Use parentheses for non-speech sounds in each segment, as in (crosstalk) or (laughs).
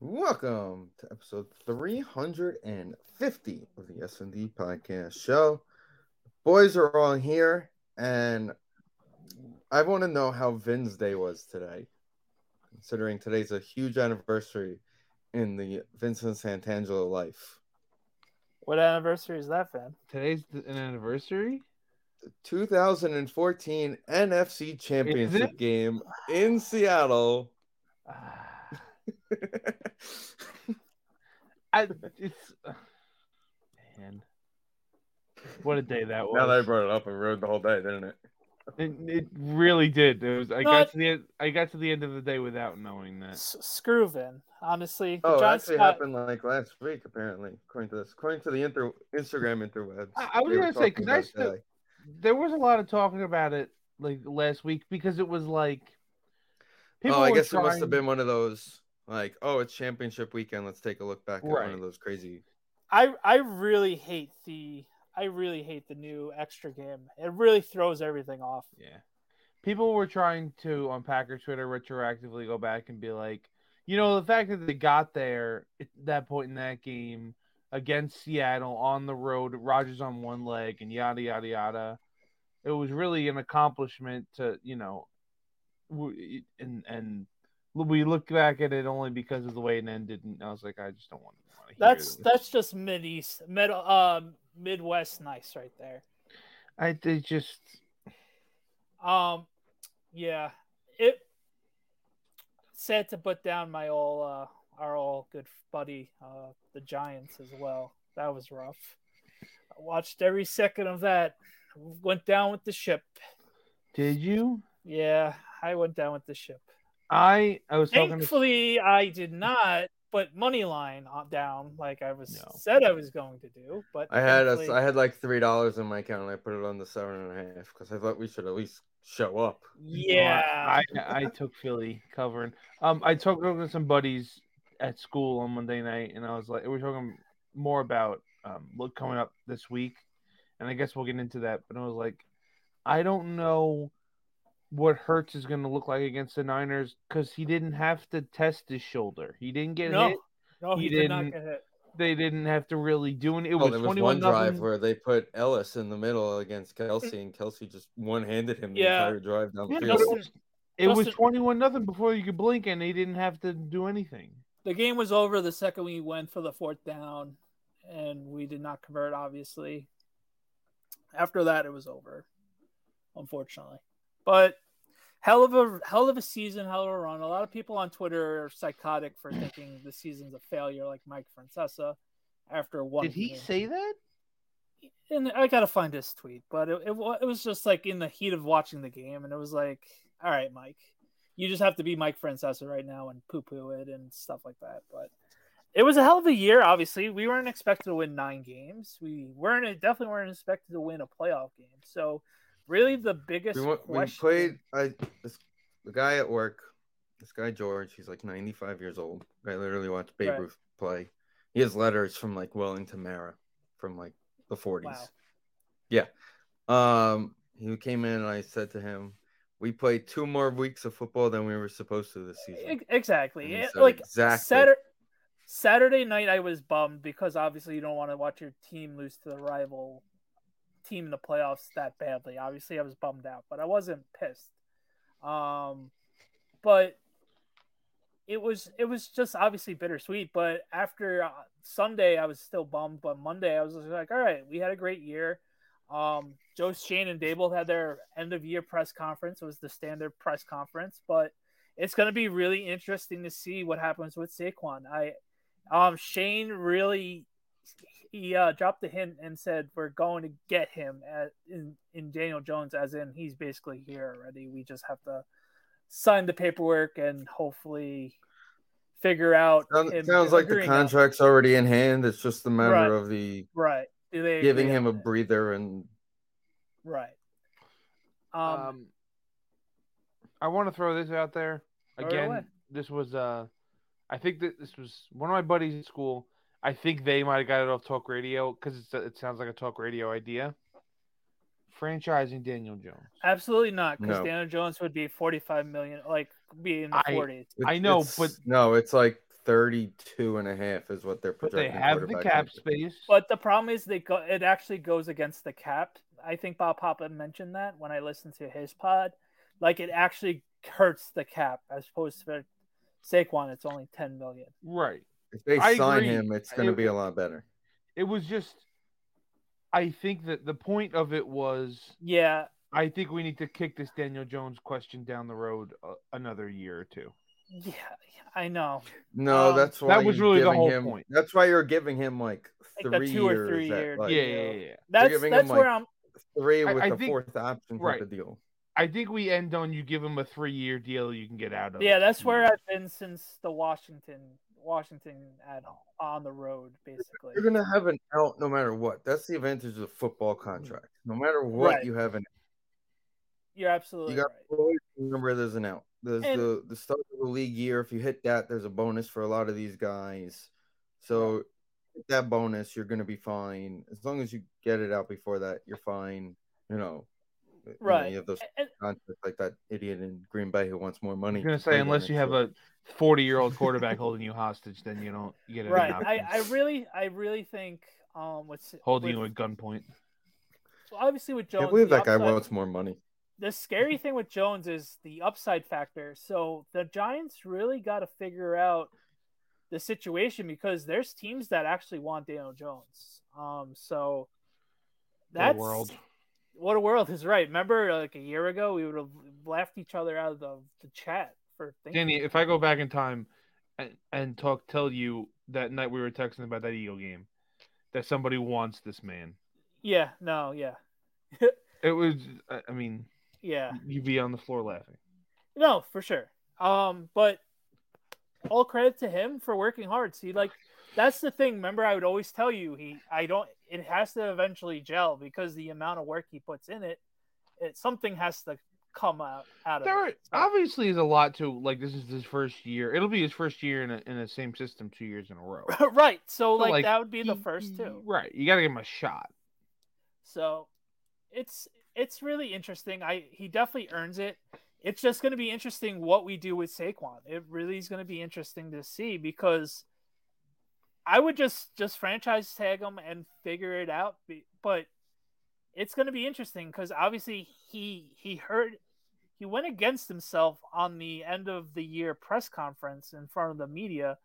Welcome to episode 350 of the S&D podcast show. The boys are all here, and I want to know how Vin's day was today, considering today's a huge anniversary in the Vincent Santangelo life. What anniversary is that, fam? Today's th- an (sighs) anniversary. The 2014 NFC Championship it? game in Seattle. (laughs) (laughs) I it's uh, man, what a day that was. now that I brought it up, I rode the whole day, didn't it? it, it really did. It was. I Not- got to the end, I got to the end of the day without knowing that. S- screw Vin. Honestly, Oh, it John actually Scott. happened like last week, apparently, according to this, according to the inter- Instagram interwebs. I- I was they were gonna say, talking 'cause I about still- that. There was a lot of talking about it like last week because it was like people. oh, I were guess it must have trying- been one of those like, oh, it's championship weekend. Let's take a look back at one Right. of those crazy. I I really hate the I really hate the new extra game. It really throws everything off. Yeah. People were trying to on Packer Twitter retroactively go back and be like, you know, the fact that they got there at that point in that game against Seattle on the road, Rogers on one leg and yada yada yada. It was really an accomplishment to, you know, w- and and we look back at it only because of the way it ended and I was like, I just don't want to, want to hear That's this. that's just mid east mid um Midwest nice right there. I they just Um, yeah, it sad to put down my old uh, our old good buddy uh, the Giants as well. That was rough. I watched every second of that. Went down with the ship. did you? Yeah, I went down with the ship. I I was talking to Thankfully, I did not put money line on- down like I was No. said I was going to do. But I had a, thankfully- I had like three dollars in my account, and I put it on the seven and a half because I thought we should at least show up. yeah, No, uh, I, I took Philly covering. Um, I talked to some buddies at school on Monday night, and I was like, we are talking more about um, look coming up this week, and I guess we'll get into that. But I was like, I don't know what Hertz is going to look like against the Niners because he didn't have to test his shoulder. He didn't get no, hit. no, he, He did not didn't- get hit. They didn't have to really do anything. It Oh, was there was twenty-one one drive nothing. where they put Ellis in the middle against Kelsey, and Kelsey just one-handed him the Yeah. entire drive down the Yeah, field. but it was, it was Justin- twenty-one nothing before you could blink, and they didn't have to do anything. The game was over the second we went for the fourth down, and we did not convert. Obviously, after that, it was over, unfortunately. But hell of a hell of a season, hell of a run. A lot of people on Twitter are psychotic for thinking the season's a failure, like Mike Francesa. After one, Did he game. say that? and I gotta find his tweet, but it, it wa- it was just like in the heat of watching the game, and it was like, all right, Mike, you just have to be Mike Francesa right now and poo poo it and stuff like that. But it was a hell of a year. Obviously, we weren't expected to win nine games. We weren't definitely weren't expected to win a playoff game. So, really, the biggest we, went, we question. played I this the guy at work, this guy George, he's like 95 years old. I literally watched Babe Right. Ruth play. He has letters from like Wellington Mara from like the 40s. Wow. Yeah. Um he came in and I said to him, "We played two more weeks of football than we were supposed to this season." Ex- exactly. And he It- said Like exactly. Saturday, Saturday night, I was bummed because obviously you don't want to watch your team lose to the rival team in the playoffs that badly. Obviously, I was bummed out, but I wasn't pissed. Um, but it was it was just obviously bittersweet. But after uh, Sunday, I was still bummed. But Monday, I was just like, all right, we had a great year. Um, Joe Shane and Dable had their end of year press conference. It was the standard press conference, but it's going to be really interesting to see what happens with Saquon. I, um, Shane really he uh, dropped a hint and said we're going to get him at, in in Daniel Jones, as in he's basically here already. We just have to sign the paperwork and hopefully figure out. Sound- him sounds like the agreeing on- contract's already in hand. It's just a matter Right. of the right? Do they giving agree him a on it? breather and right? Um, Um, I want to throw this out there Throw it again. away. This was uh, I think that this was one of my buddies in school. I think they might have got it off talk radio because it sounds like a talk radio idea. Franchising Daniel Jones. absolutely not, because No. Daniel Jones would be forty-five million, like be in the I- forties. I know, it's- but- no, it's like 32 and a half is what they're But they projecting. have the quarterback cap to be. space. But the problem is, they go. It actually goes against the cap. I think Bob Papa mentioned that when I listened to his pod. Like it actually hurts the cap as opposed to Saquon. It's only ten million. right. If they I sign agree. him, it's going to It- be a lot better. It was just. I think that the point of it was. Yeah, I think we need to kick this Daniel Jones question down the road uh, another year or two. yeah, I know. No, Um, that's why that was you're really the giving whole him- point. That's why you're giving him like Like a three two or years, three at, year like, yeah, deal. yeah, yeah, yeah. That's giving that's him, where like, I'm. three I- with I a think- fourth option type right. of deal. I think we end on you give him a three year deal you can get out of. Yeah, it. that's where mm. I've been since the Washington Washington at on the road basically. You're gonna have an out no matter what. That's the advantage of the football contract. No matter what, Right. you have an. You're absolutely You got right. always remember there's an out. There's And- the the start of the league year. If you hit that, there's a bonus for a lot of these guys. So hit that bonus, you're gonna be fine as long as you get it out before that. You're fine. You know. You know, Right. Eh You have those And- contracts like that idiot in Green Bay who wants more I money. was gonna to play say there unless you next have year. a forty year old quarterback holding you hostage, then you don't you get any right. I, options. I really I really think um what's holding you with, at gunpoint. so obviously with Jones. Can't believe the that guy upside- wants more money. the scary thing with Jones is the upside factor. So the Giants really got to figure out the situation because there's teams that actually want Daniel Jones. Um, so that's the world. what a world is right. Remember, like a year ago, we would have laughed each other out of the, the chat for thinking. Danny, if I go back in time and, and talk tell you that night we were texting about that Eagle game, that somebody wants this man. yeah, no, yeah, It was I I mean, yeah, you'd be on the floor laughing. no, for sure. Um, but all credit to him for working hard. See, like that's the thing. Remember, I would always tell you he. I don't. It has to eventually gel because the amount of work he puts in it, it something has to come out out of There it. So, obviously is a lot to like this is his first year. It'll be his first year in a in the same system two years in a row. (laughs) right. So, like, like, that would be the You- first you- two. Right. You gotta give him a shot. So, it's it's really interesting. I he definitely earns it. It's just going to be interesting what we do with Saquon. It really is going to be interesting to see because I would just just franchise tag him and figure it out. Be- But it's going to be interesting because obviously he he heard he went against himself on the end of the year press conference in front of the media,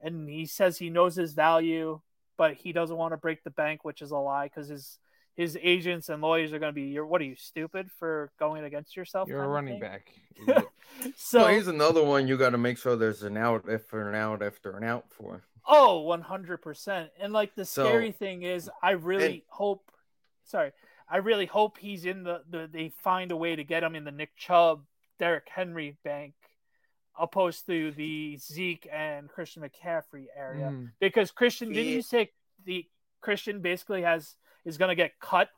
and he says he knows his value, but he doesn't want to break the bank, which is a lie because his his agents and lawyers are going to be you're what are you stupid for going against yourself You're a kind of running thing? back. (laughs) so no, he's another one you got to make sure there's an out after an out after an out for. oh 100% and like the So- scary thing is i really and- hope sorry i really hope he's in the, the they find a way to get him in the nick chubb derek henry bank opposed to the zeke and christian mccaffrey area Mm. because christian didn't Yeah. you say the christian basically has is going to get cut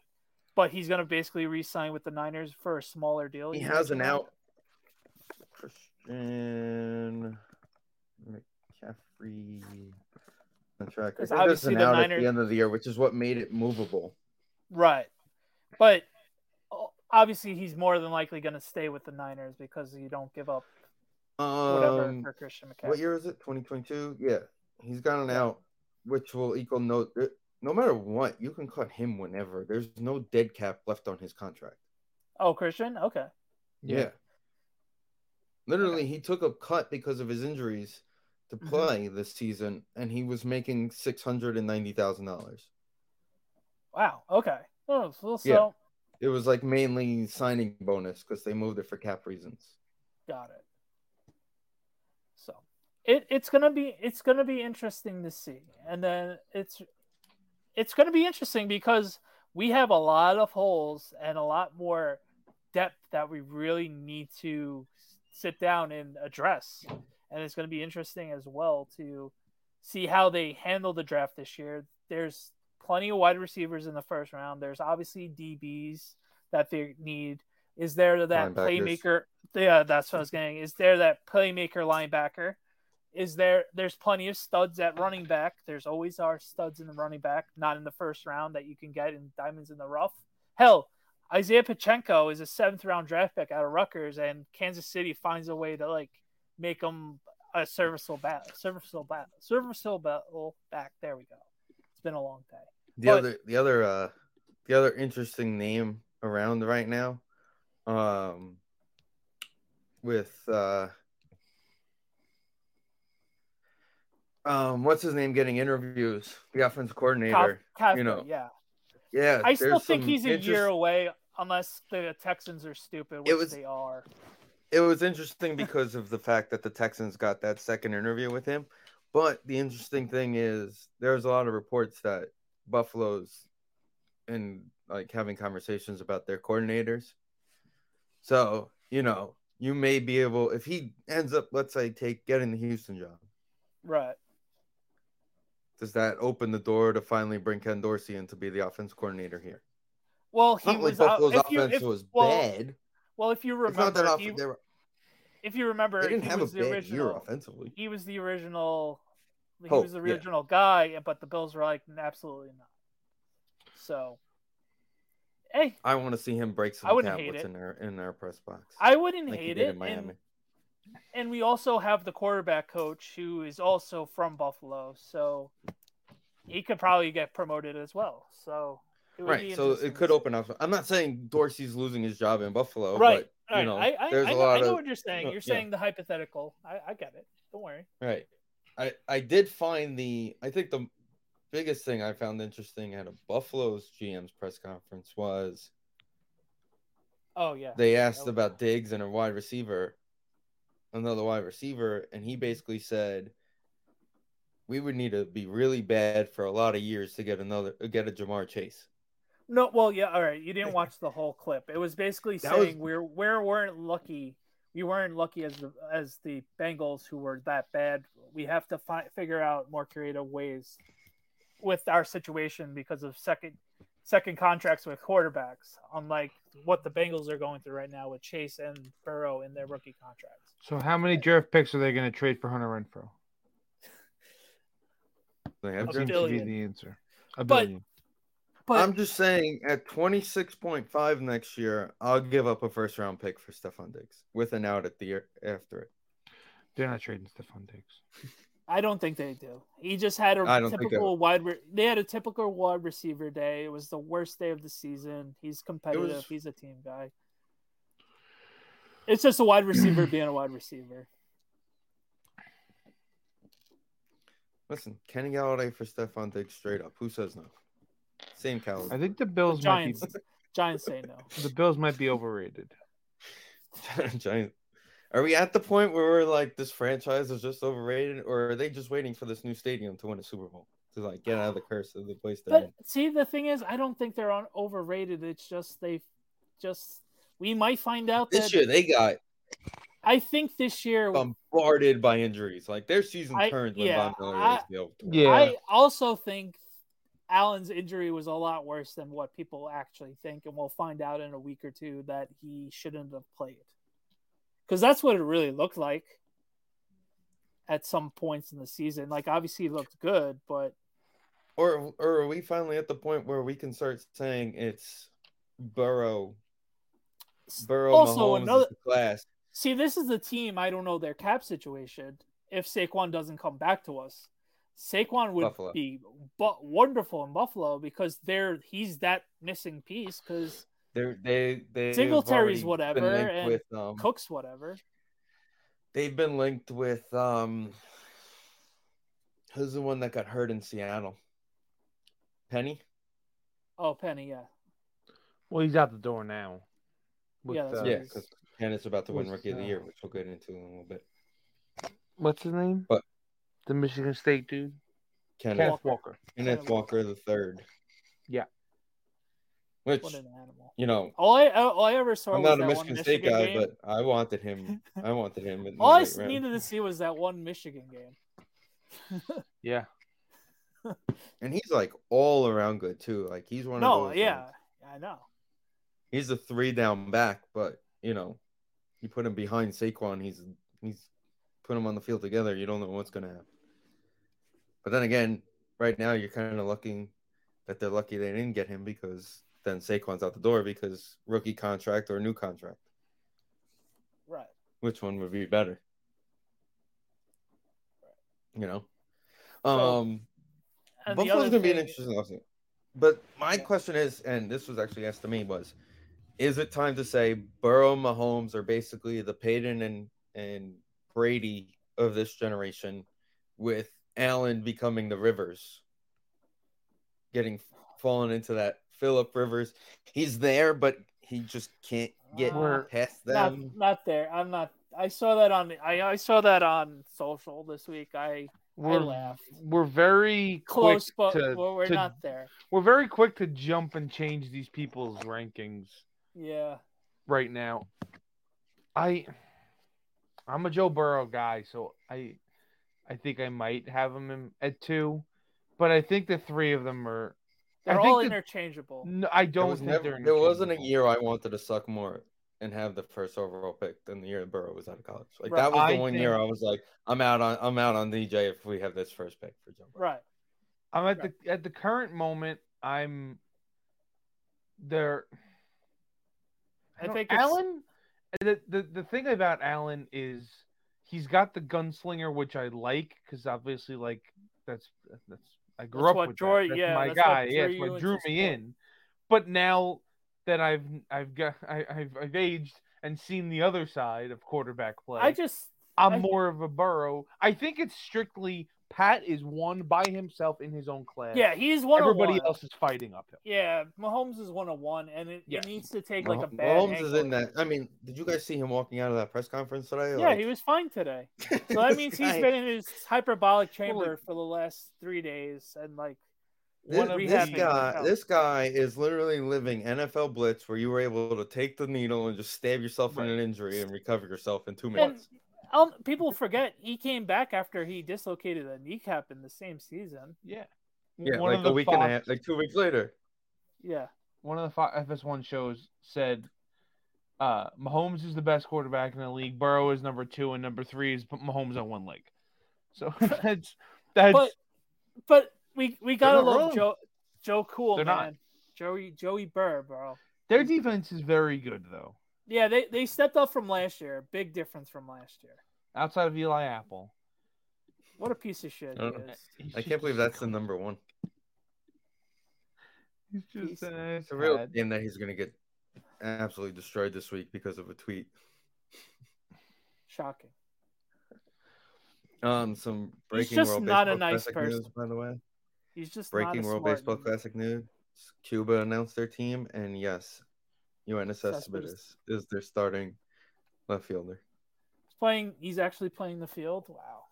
but he's going to basically re-sign with the niners for a smaller deal He Oh, You has an mentioned that? out. Christian McCaffrey contract. I think 'Cause there's obviously an the out at Niners- the end of the year, which is what made it movable. Right. But o- obviously, he's more than likely going to stay with the Niners because you don't give up whatever Um, for Christian McCaffrey. what year is it? 2022. Yeah, he's got an out, which will equal no. No matter what, you can cut him whenever. There's no dead cap left on his contract. Oh, Christian? Okay. Yeah. Literally, he took a cut because of his injuries to Mhm. play this season, and he was making six hundred and ninety thousand dollars. Wow. Okay. Oh, so, so Yeah. It was like mainly signing bonus because they moved it for cap reasons. got it. So it, it's gonna be it's gonna be interesting to see, and then it's it's going to be interesting because we have a lot of holes and a lot more depth that we really need to sit down and address. And it's going to be interesting as well to see how they handle the draft this year. There's plenty of wide receivers in the first round. There's obviously DBs that they need. Is there Linebackers. that playmaker? Yeah, that's what I was getting. Is there that playmaker linebacker? Is there? There's plenty of studs at running back. There's always our studs in the running back, not in the first round that you can get in diamonds in the rough. Hell, Isaiah Pachenko is a seventh round draft pick out of Rutgers, and Kansas City finds a way to like make him a serviceable bat, serviceable bat, serviceable ba- back. There we go. It's been a long day. The But- other, the other, uh, the other interesting name around right now, um, with uh, um, what's his name getting interviews? The offensive coordinator. Kaf- you know, Kafka, yeah. Yeah, I still there's think some he's a interest- year away, unless the Texans are stupid, which was- they are. It was interesting because of the fact that the Texans got that second interview with him. But the interesting thing is, there's a lot of reports that Buffalo's and like having conversations about their coordinators. So you know, you may be able if he ends up, let's say, take getting the Houston job. Right. Does that open the door to finally bring Ken Dorsey in to be the offense coordinator here? Well, It's he not like was. out- Buffalo's if you, offense if- was well, bad. Well, if you It's not that remember, off- he, they, were- if you remember, they didn't he have a was the bad year original. offensively. He was the original. He Oh, was the yeah. original guy, but the Bills were like, absolutely not. So, hey, I want to see him break some I wouldn't hate tablets it. in our in our press box. I wouldn't like he hate did it. in Miami. And, and we also have the quarterback coach who is also from Buffalo, so he could probably get promoted as well. So it would be right, so interesting it to could see. open up. I'm not saying Dorsey's losing his job in Buffalo, Right, But, All you right, know, I, I, there's I a know, lot I know of what you're saying. no, You're yeah. saying the hypothetical. I, I get it. Don't worry. right. I I did find the I think the biggest thing I found interesting at a Buffalo's GM's press conference was Oh yeah. they asked was- about Diggs and a wide receiver, another wide receiver, and he basically said, "We would need to be really bad for a lot of years to get another get a Jamar Chase." No, well, yeah, all right. (laughs) You didn't watch the whole clip. It was basically That was- saying we're we're weren't lucky. We weren't lucky as the as the Bengals who were that bad. We have to fi- figure out more creative ways with our situation because of second second contracts with quarterbacks, unlike what the Bengals are going through right now with Chase and Burrow in their rookie contracts. So how many draft picks are they going to trade for Hunter Renfro? Like, I've A dreamt Seems of to be billion. the answer. A But- billion. But I'm just saying at 26.5 next year, I'll give up a first round pick for Stefan Diggs with an out at the year after it. They're not trading Stephon Diggs. I don't think they do. He just had I a don't think they typical wide. Re- they had a typical wide receiver day. It was the worst day of the season. He's competitive. was- He's a team guy. It's just a wide receiver being a wide (clears throat) receiver. Listen, Kenny Galladay for Stefan Diggs straight up. Who says no? Same caliber. (laughs) I think the Bills might Giants, be (laughs) Giants say no. (laughs) the Bills might be overrated. Giant. Are we at the point where we're like this franchise is just overrated, or are they just waiting for this new stadium to win a Super Bowl to like get out of the curse of the place they're But in? see, the thing is, I don't think they're on overrated. It's just they, just we might find out that This year they got I think this year bombarded by injuries. Like their season I- turned when yeah, Von Miller I- was the old- Yeah. I also think Allen's injury was a lot worse than what people actually think, and we'll find out in a week or two that he shouldn't have played. Because that's what it really looked like at some points in the season. Like, obviously, he looked good, but Or, or are we finally at the point where we can start saying it's Burrow, Burrow Also, Mahomes is another- the class? see, this is the team. I don't know their cap situation. If Saquon doesn't come back to us, Saquon would Buffalo. be bu- wonderful in Buffalo because they're he's that missing piece. Because They're, they they Singletary's have already been whatever, linked and with, um, Cooks, whatever. They've been linked with um. Who's the one that got hurt in Seattle? Penny. Oh, Penny, yeah. Well, he's out the door now. With, Yeah, uh, that's yeah, is- because Penny's about to win was, Rookie of the uh, Year, which we'll get into in a little bit. what's his name? But- the Michigan State dude. Kenneth Kenneth Walker. Kenneth Walker the third. Yeah. Which What an animal. you know, All I all I ever saw I'm was not a that one Michigan State Michigan guy, game. but I wanted him. I wanted him. in the all I late s- round. needed to see was that one Michigan game. Yeah. and he's like all around good too. Like he's one of No, those. yeah, like, I know. he's a three down back, but you know, you put him behind Saquon, he's he's put him on the field together. You don't know what's gonna happen. But then again, right now you're kind of looking that they're lucky they didn't get him because then Saquon's out the door because rookie contract or new contract. Right. Which one would be better? You know, So- um, And the Buffalo's other gonna be an thing- interesting offseason. But my Yeah. question is, and this was actually asked to me, was is it time to say Burrow Mahomes are basically the Peyton and and Brady of this generation with Allen becoming the Rivers? Getting fallen into that Philip Rivers. He's there, but he just can't get Uh, past not, them. not there. I'm not. I saw that on. I, I saw that on social this week. I We're, laughed. we're very close, quick but to, we're, we're to- not there. we're very quick to jump and change these people's rankings Yeah. right now. I I'm a Joe Burrow guy, so I I think I might have him in, at two, but I think the three of them are. They're I all think the- interchangeable. no, I There don't was think never- they're. there wasn't a interchangeable. year I wanted to suck more and have the first overall pick than the year Burrow was out of college. Like Right. that was the I one think- year I was like, I'm out on I'm out on DJ if we have this first pick for Joe. Burrow. Right. I'm at Right. the at the current moment. I'm there. I don't- think it's- Allen. The, the the thing about Allen is he's got the gunslinger, which I like because obviously, like that's that's I grew That's up what with drew- that. That's yeah, my that's what guy. yeah, drew it's you what drew into me sport. in. But now that I've I've got I, I've I've aged and seen the other side of quarterback play, I just. I'm I- more of a Burrow. I think it's strictly Pat is one by himself in his own uh, class. Yeah, he's one everybody of one. else is fighting uphill. Yeah, Mahomes is one of one, and it, Yes. it needs to take like a Mah- bad. Mahomes is angle. in that. I mean, did you guys see him walking out of that press conference today? Yeah, he was (laughs) fine today. So that means he's been in his hyperbolic chamber Holy- for the last three days, and like This, one of this rehabbing guy, himself. this guy is literally living NFL blitz, where you were able to take the needle and just stab yourself Right. in an injury and recover yourself in two and minutes. um, people forget he came back after he dislocated a kneecap in the same season. Yeah. yeah, like a week and a half, like two weeks later. Yeah, One of the Fox FS1 shows said, uh, "Mahomes is the best quarterback in the league. Burrow is number two, and number three is Mahomes on one leg." So (laughs) that's that's But- but we we gotta not love wrong. Joe Joe Cool They're man, not. Joey Joey Burr, bro. their defense is very good though. Yeah, they they stepped up from last year. Big difference from last year. Outside of Eli Apple, What a piece of shit he I don't- is. I can't believe that's (laughs) the number one. He's just He's- uh, It's a real sad. game that he's going to get absolutely destroyed this week because of a tweet. Shocking. Um, some breaking just World not a Baseball nice Classic news, person. by the way. He's just not Breaking a World smart Baseball dude. Classic news. Cuba announced their team, and yes, UNS Cespedes Cespedes. is their starting left fielder. He's playing. He's actually playing the field. Wow.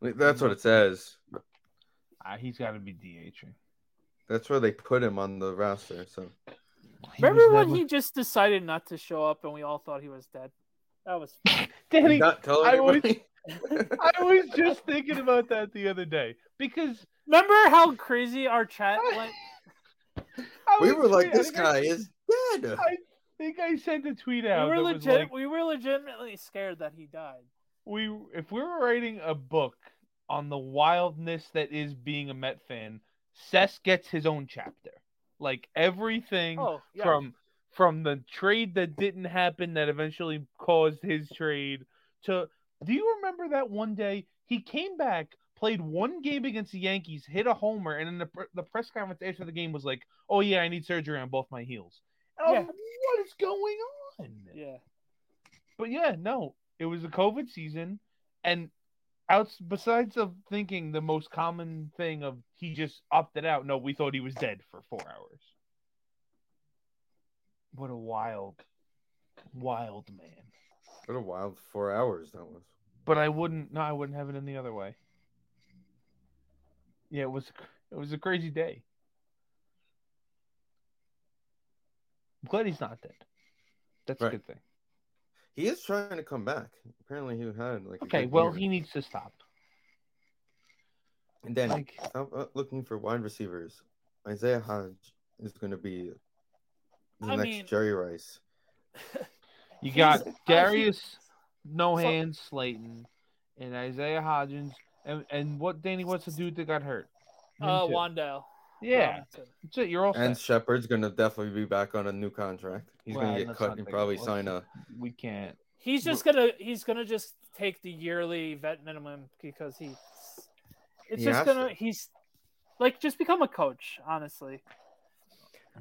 Like, That's what it says. Ah, he's got to be DHing. That's where they put him on the roster. So He Remember was when never- he just decided not to show up and we all thought he was dead? That was Danny? not tell I (laughs) was- everybody. I was just thinking about that the other day because Remember how crazy our (laughs) chat went? I we was were like, tweeting- this guy is dead. I think I sent a tweet out. we were that was legit like, we were legitimately scared that he died. we if we were writing a book on the wildness that is being a Met fan, Sess gets his own chapter. Like everything Oh, yeah. from from the trade that didn't happen that eventually caused his trade to do you remember that one day he came back played one game against the yankees hit a homer and in the, pre- the press conference after the game was like oh yeah i need surgery on both my heels and I was Yeah. like, what is going on yeah. but yeah, no, it was a COVID season, and out besides of thinking the most common thing of he just opted out. No, we thought he was dead for four hours. What a wild, wild man! What a wild four hours that was. But I wouldn't. No, I wouldn't have it any other way. Yeah, it was it was a crazy day. I'm glad he's not dead. That's Right. a good thing. He is trying to come back. Apparently, he had like. a Okay, good well year. he needs to stop. And then Like stop uh, looking for wide receivers. Isaiah Hodge is going to be the I next mean- Jerry Rice. you He's- got I- Darius No So- Hands Slayton and Isaiah Hodgins and, and what Danny what's the dude that got hurt? Him Uh, too. Wandale. Yeah, Robinson. that's it. You're all And set. Shepard's going to definitely be back on a new contract. He's Well, going to get let's cut not and think- probably let's sign not- a. We can't. He's just gonna he's gonna just take the yearly vet minimum because he's it's He just has gonna to. he's like just become a coach, honestly.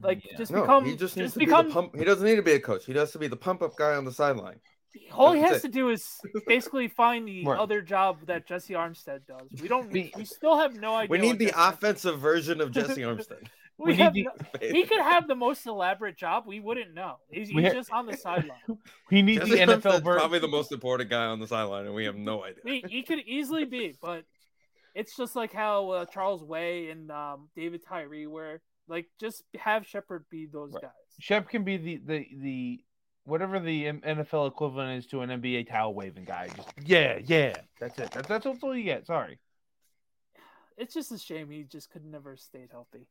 Like Yeah. just No, become he just needs to become be the pump. He doesn't need to be a coach. He has to be the pump up guy on the sideline. all he that's has it. to do (laughs) is basically find the Right. other job that Jesse Armstead does. We don't We- we, still have no idea. We what need the Jesse- offensive version of (laughs) Jesse Armstead. We, we need have the- no, he could have the most elaborate job. We wouldn't know. He's, We he's ha- just on the (laughs) sideline. He needs Jesse the NFL Armstead's version. probably the most important guy on the sideline, and we have (laughs) no idea. he, he could easily be, but it's just like how uh, Charles Way and um, David Tyree were. Like, just have Shepard be those Right. guys. Shep can be the the the whatever the M- NFL equivalent is to an NBA towel waving guy. Just yeah, yeah. That's it. That, that's all you get. Sorry. It's just a shame he just could never have stayed healthy.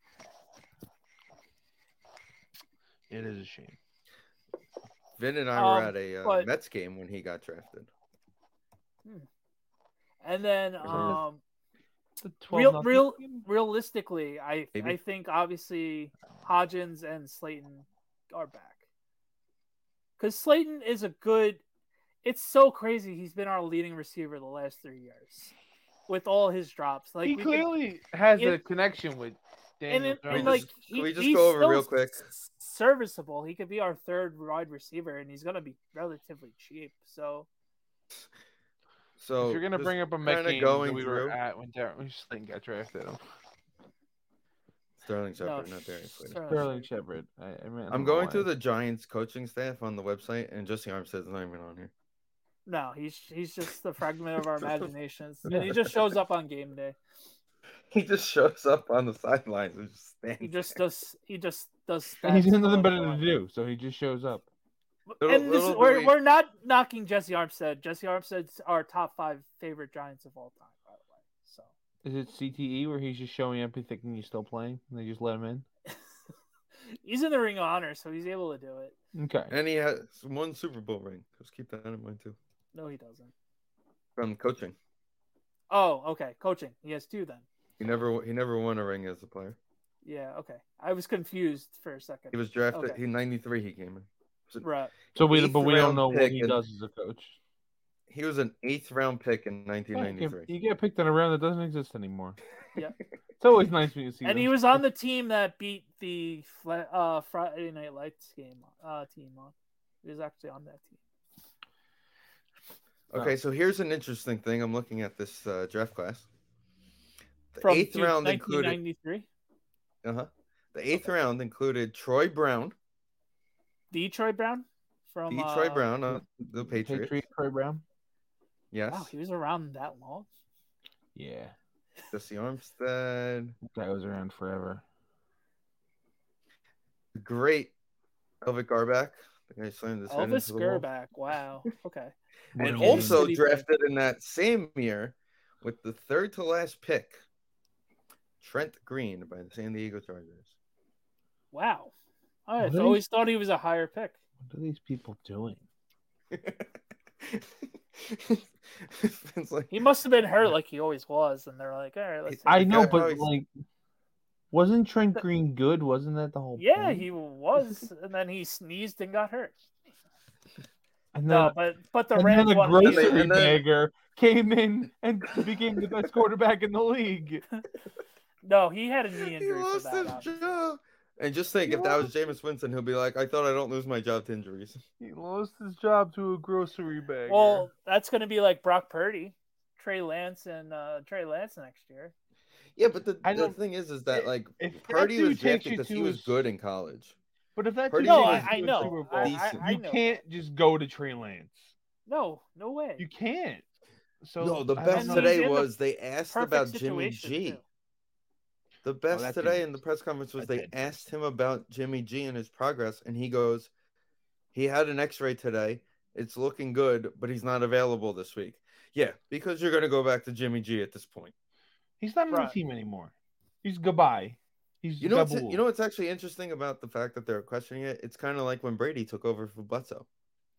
It is a shame. Vin and I were Um, at a uh, but- Mets game when he got drafted. And then, There's a- um, The 12 real, nothing- real, realistically, I Maybe. I think obviously Hodgins and Slayton are back because Slayton is a good. It's so crazy. He's been our leading receiver the last three years, with all his drops. Like he we could- clearly has it- a connection with and, Daniel it, Jones. We like just- he, we just he's go over so real quick. s- serviceable. He could be our third wide receiver, and he's going to be relatively cheap. So So if you're gonna just bring up a Met kinda game going that we were through. at when Dar- when Slayton got drafted, him. Sterling Shepard, no, not Darius Slater. Sterling Sterling Shepard. Shepard. I, I mean, I'm going through the Giants coaching staff on the website, and Jesse Armstead's not even on here. (laughs) No, he's he's just the fragment of our imaginations, and he just shows up on game day. He just shows up on the sidelines and just He stands. just does. He just does. (laughs) And he's stats got nothing all better day to long. do, so he just shows up. Little- and this is, little we're, do we- we're not knocking Jesse Armstead. Jesse Armstead's our top five favorite Giants of all time, by the way. So Is it CTE where he's just showing up and thinking he's still playing, and they just let him in? he's in the Ring of Honor, so he's able to do it. Okay. And he has one Super Bowl ring. Just keep that in mind too. No, he doesn't. From coaching, Oh, okay. Coaching. He has two then. he never he never won a ring as a player. Yeah, okay. I was confused for a second. He was drafted. Okay. He '93. He came in. right. So we, eighth but we don't round know what pick he and- does as a coach. He was an eighth round pick in You 1993. you get picked in a round that doesn't exist anymore. (laughs) Yeah. it's always nice when you see. And he them. was on the team that beat the Fla- uh, Friday Night Lights game uh, team on. He was actually on that team. Okay, so here's an interesting thing. I'm looking at this uh, draft class. The From eighth two- round included 1993. Uh huh. The eighth round included Troy Brown, Detroit Brown from the Troy uh, Brown, uh, the Patriots. Patriot Troy Brown. Yes, Wow, he was around that long. Yeah, Jesse Armstead, that was around forever. the great Elvis Garback. The guy slammed his head Elvis into the wall. Skirback. Wow. Okay. Would've And been- also City drafted in that same year with the third to last pick, Trent Green by the San Diego Chargers. (laughs) Wow. All right. Really? I always thought he was a higher pick. what are these people doing? it's like, He must have been hurt like he always was, and they're like, all right, let's. I The know, guy but always- like, wasn't Trent Green good? Wasn't that the whole? Yeah, point? he was, and then he sneezed and got (laughs) hurt. And then, No, but but the and then Rams a won. grocery And then- bagger came in and became the best quarterback in (laughs) the league. No, he had a knee he injury for lost that. his obviously. job. And just think, if that was Jameis Winston, he'll be like, I thought I don't lose my job to injuries. He lost his job to a grocery bagger. Well, that's going to be like Brock Purdy, Trey Lance, and uh, Trey Lance next year. Yeah, but the, I the don't- thing is, is that like if that Purdy dude was takes drafted you because to he was his- good in college. But if that Purdy dude No, takes I- I you to a know. Super Bowl, I- I- I you know. can't just go to Trey Lance. No, no way. You can't. So no, the I don't best know. And today he's in the was they asked Perfect about Jimmy situation. G. too. The best Oh, that today didn't- in the press conference was that they didn't. asked him about Jimmy G and his progress, and he goes, "He had an X-ray today. It's looking good, but he's not available this week." Yeah, because you're going to go back to Jimmy G at this point. He's not on the Right. team anymore. He's goodbye. He's You know, what's, gabool. you know what's actually interesting about the fact that they're questioning it? It's kind of like when Brady took over for Bledsoe.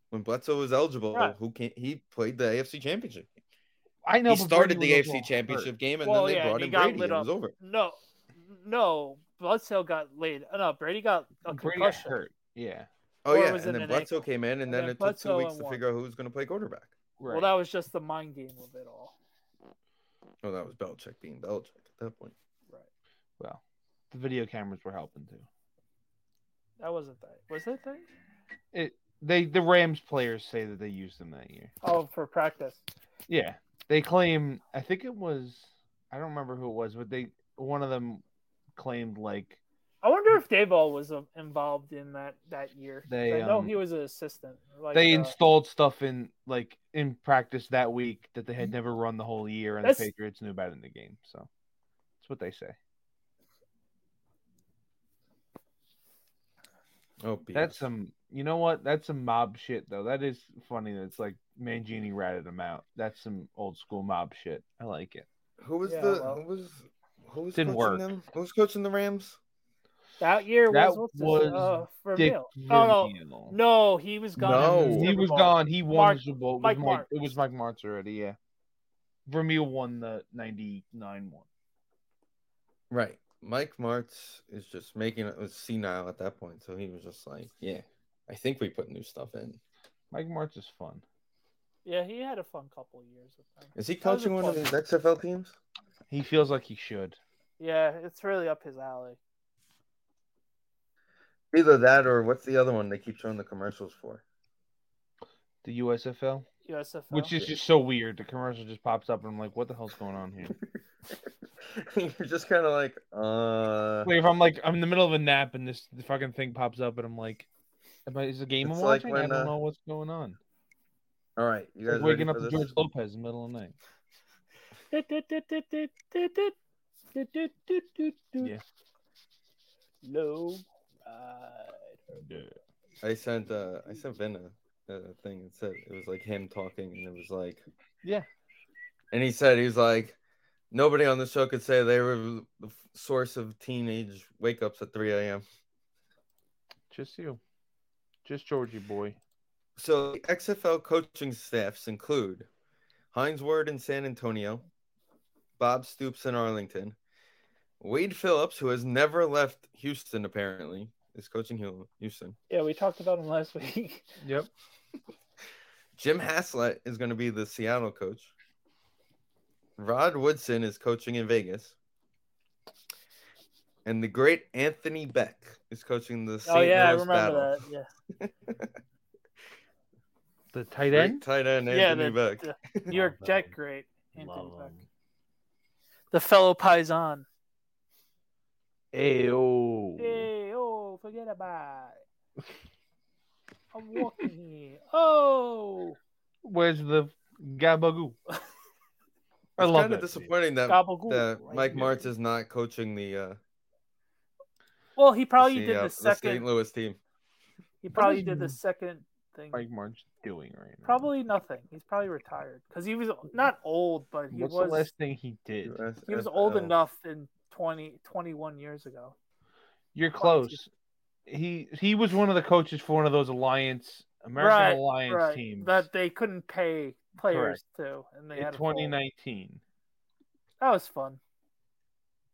When Bledsoe was eligible, Right. who can not he played the AFC Championship? game. I know he but started Brady the was AFC also Championship hurt. game, and Well, then they yeah, and brought he in got Brady, lit and it was up. over. No, no, Bledsoe got laid. oh, No, Brady got a Brady got concussion. hurt. Yeah. Oh Or yeah, was and it then an Bledsoe ankle? came in, and And then then it took two Bledsoe weeks and to won. figure out who was going to play quarterback. Right. Well, that was just the mind game of it all. Oh, that was Belichick being Belichick at that point. Right. Well, the video cameras were helping too. That wasn't that. Was that thing? It they the Rams players say that they used them that year. Oh, for practice. Yeah. They claim I think it was I don't remember who it was, but they one of them claimed like I wonder if Dayball was uh, involved in that that year. 'Cause They, I know um, he was an assistant. Like, they uh, installed stuff in like in practice that week that they had never run the whole year and the That's- Patriots knew about it in the game. So that's what they say. Oh, BS. That's some you know what? That's some mob shit though. That is funny that it's like Mangini ratted them out. That's some old school mob shit. I like it. who was Yeah, the well. who was who was Didn't coaching work. them? Who was coaching the Rams? that year that was, was uh, for Dick Vermeil. Oh Vermeil. no, no, he was gone. No. after the he Super was Bowl. gone. He won Mark- the Super Bowl. It was Mike Mike, Martz. it was Mike Martz already, yeah. Vermeil won the ninety nine one. Right. Mike Martz is just making it was senile at that point, so he was just like, "Yeah, I think we put new stuff in." Mike Martz is fun. Yeah, he had a fun couple of years with them. Is he That was coaching a one of fun- these XFL teams? He feels like he should. Yeah, it's really up his alley. Either that or what's the other one they keep showing the commercials for? (laughs) The USFL. USFL. Which is just so weird. The commercial just pops up and I'm like, what the hell's going (laughs) on here? You're just kind of like, uh, Like if I'm like I'm in the middle of a nap and this fucking thing pops up and I'm like, am I, is the game It's I'm like watching? I when, don't uh, know what's going on. all right, you Like guys waking waking up ready to up for George this? Lopez in the middle of the night. Yeah. yeah. Low ride. I sent, uh, I sent Vin a, a thing and said it was like him talking, and it was like, Yeah. and he said he was like, nobody on the show could say they were the f- source of teenage wake ups at 3 a.m. Just you. Just Georgie boy. So the XFL coaching staffs include Heinz Ward in San Antonio, Bob Stoops in Arlington, Wade Phillips, who has never left Houston apparently, is coaching Hu- Houston. Yeah, we talked about him last (laughs) week. Yep. Jim Haslett is going to be the Seattle coach. Rod Woodson is coaching in Vegas. And the great Anthony Beck is coaching the St. oh yeah, I Louis remember Battle. that. Yeah. The tight Great end. tight end Yeah, Anthony the- Beck. the- New York Love Jet him. great. Anthony Love Beck. him. The fellow Paisan. Ayo. Hey, oh, forget about it. I'm walking here. Oh, Where's the (laughs) gabagoo? I it's love kind that of team. disappointing that Gabagool. that right Mike here. Martz is not coaching the uh Well, he probably the, did uh, the St. second. Louis team. He probably is did the second thing. Mike March doing right now? Probably nothing. He's probably retired because he was not old, but he What's was the last thing he did? he was old enough in 20, 21 years ago. You're Close. close. He he was one of the coaches for one of those alliance American Right, alliance right, teams that they couldn't pay players to, and they in had a full- 2019. That was fun.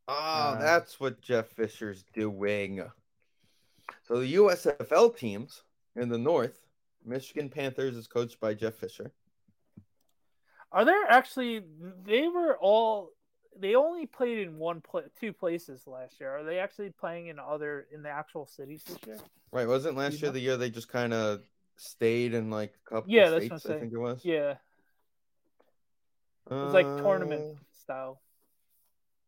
Oh, Uh, that's what Jeff Fisher's doing. So the USFL teams in the North, Michigan Panthers is coached by Jeff Fisher. Are there actually? They were all. They only played in one pla two places last year. Are they actually playing in other in the actual cities this year? Right, wasn't last year know? the year they just kind of stayed in like a couple Yeah, that's states, what I'm I saying. think it was. Yeah, it was like Uh, tournament style.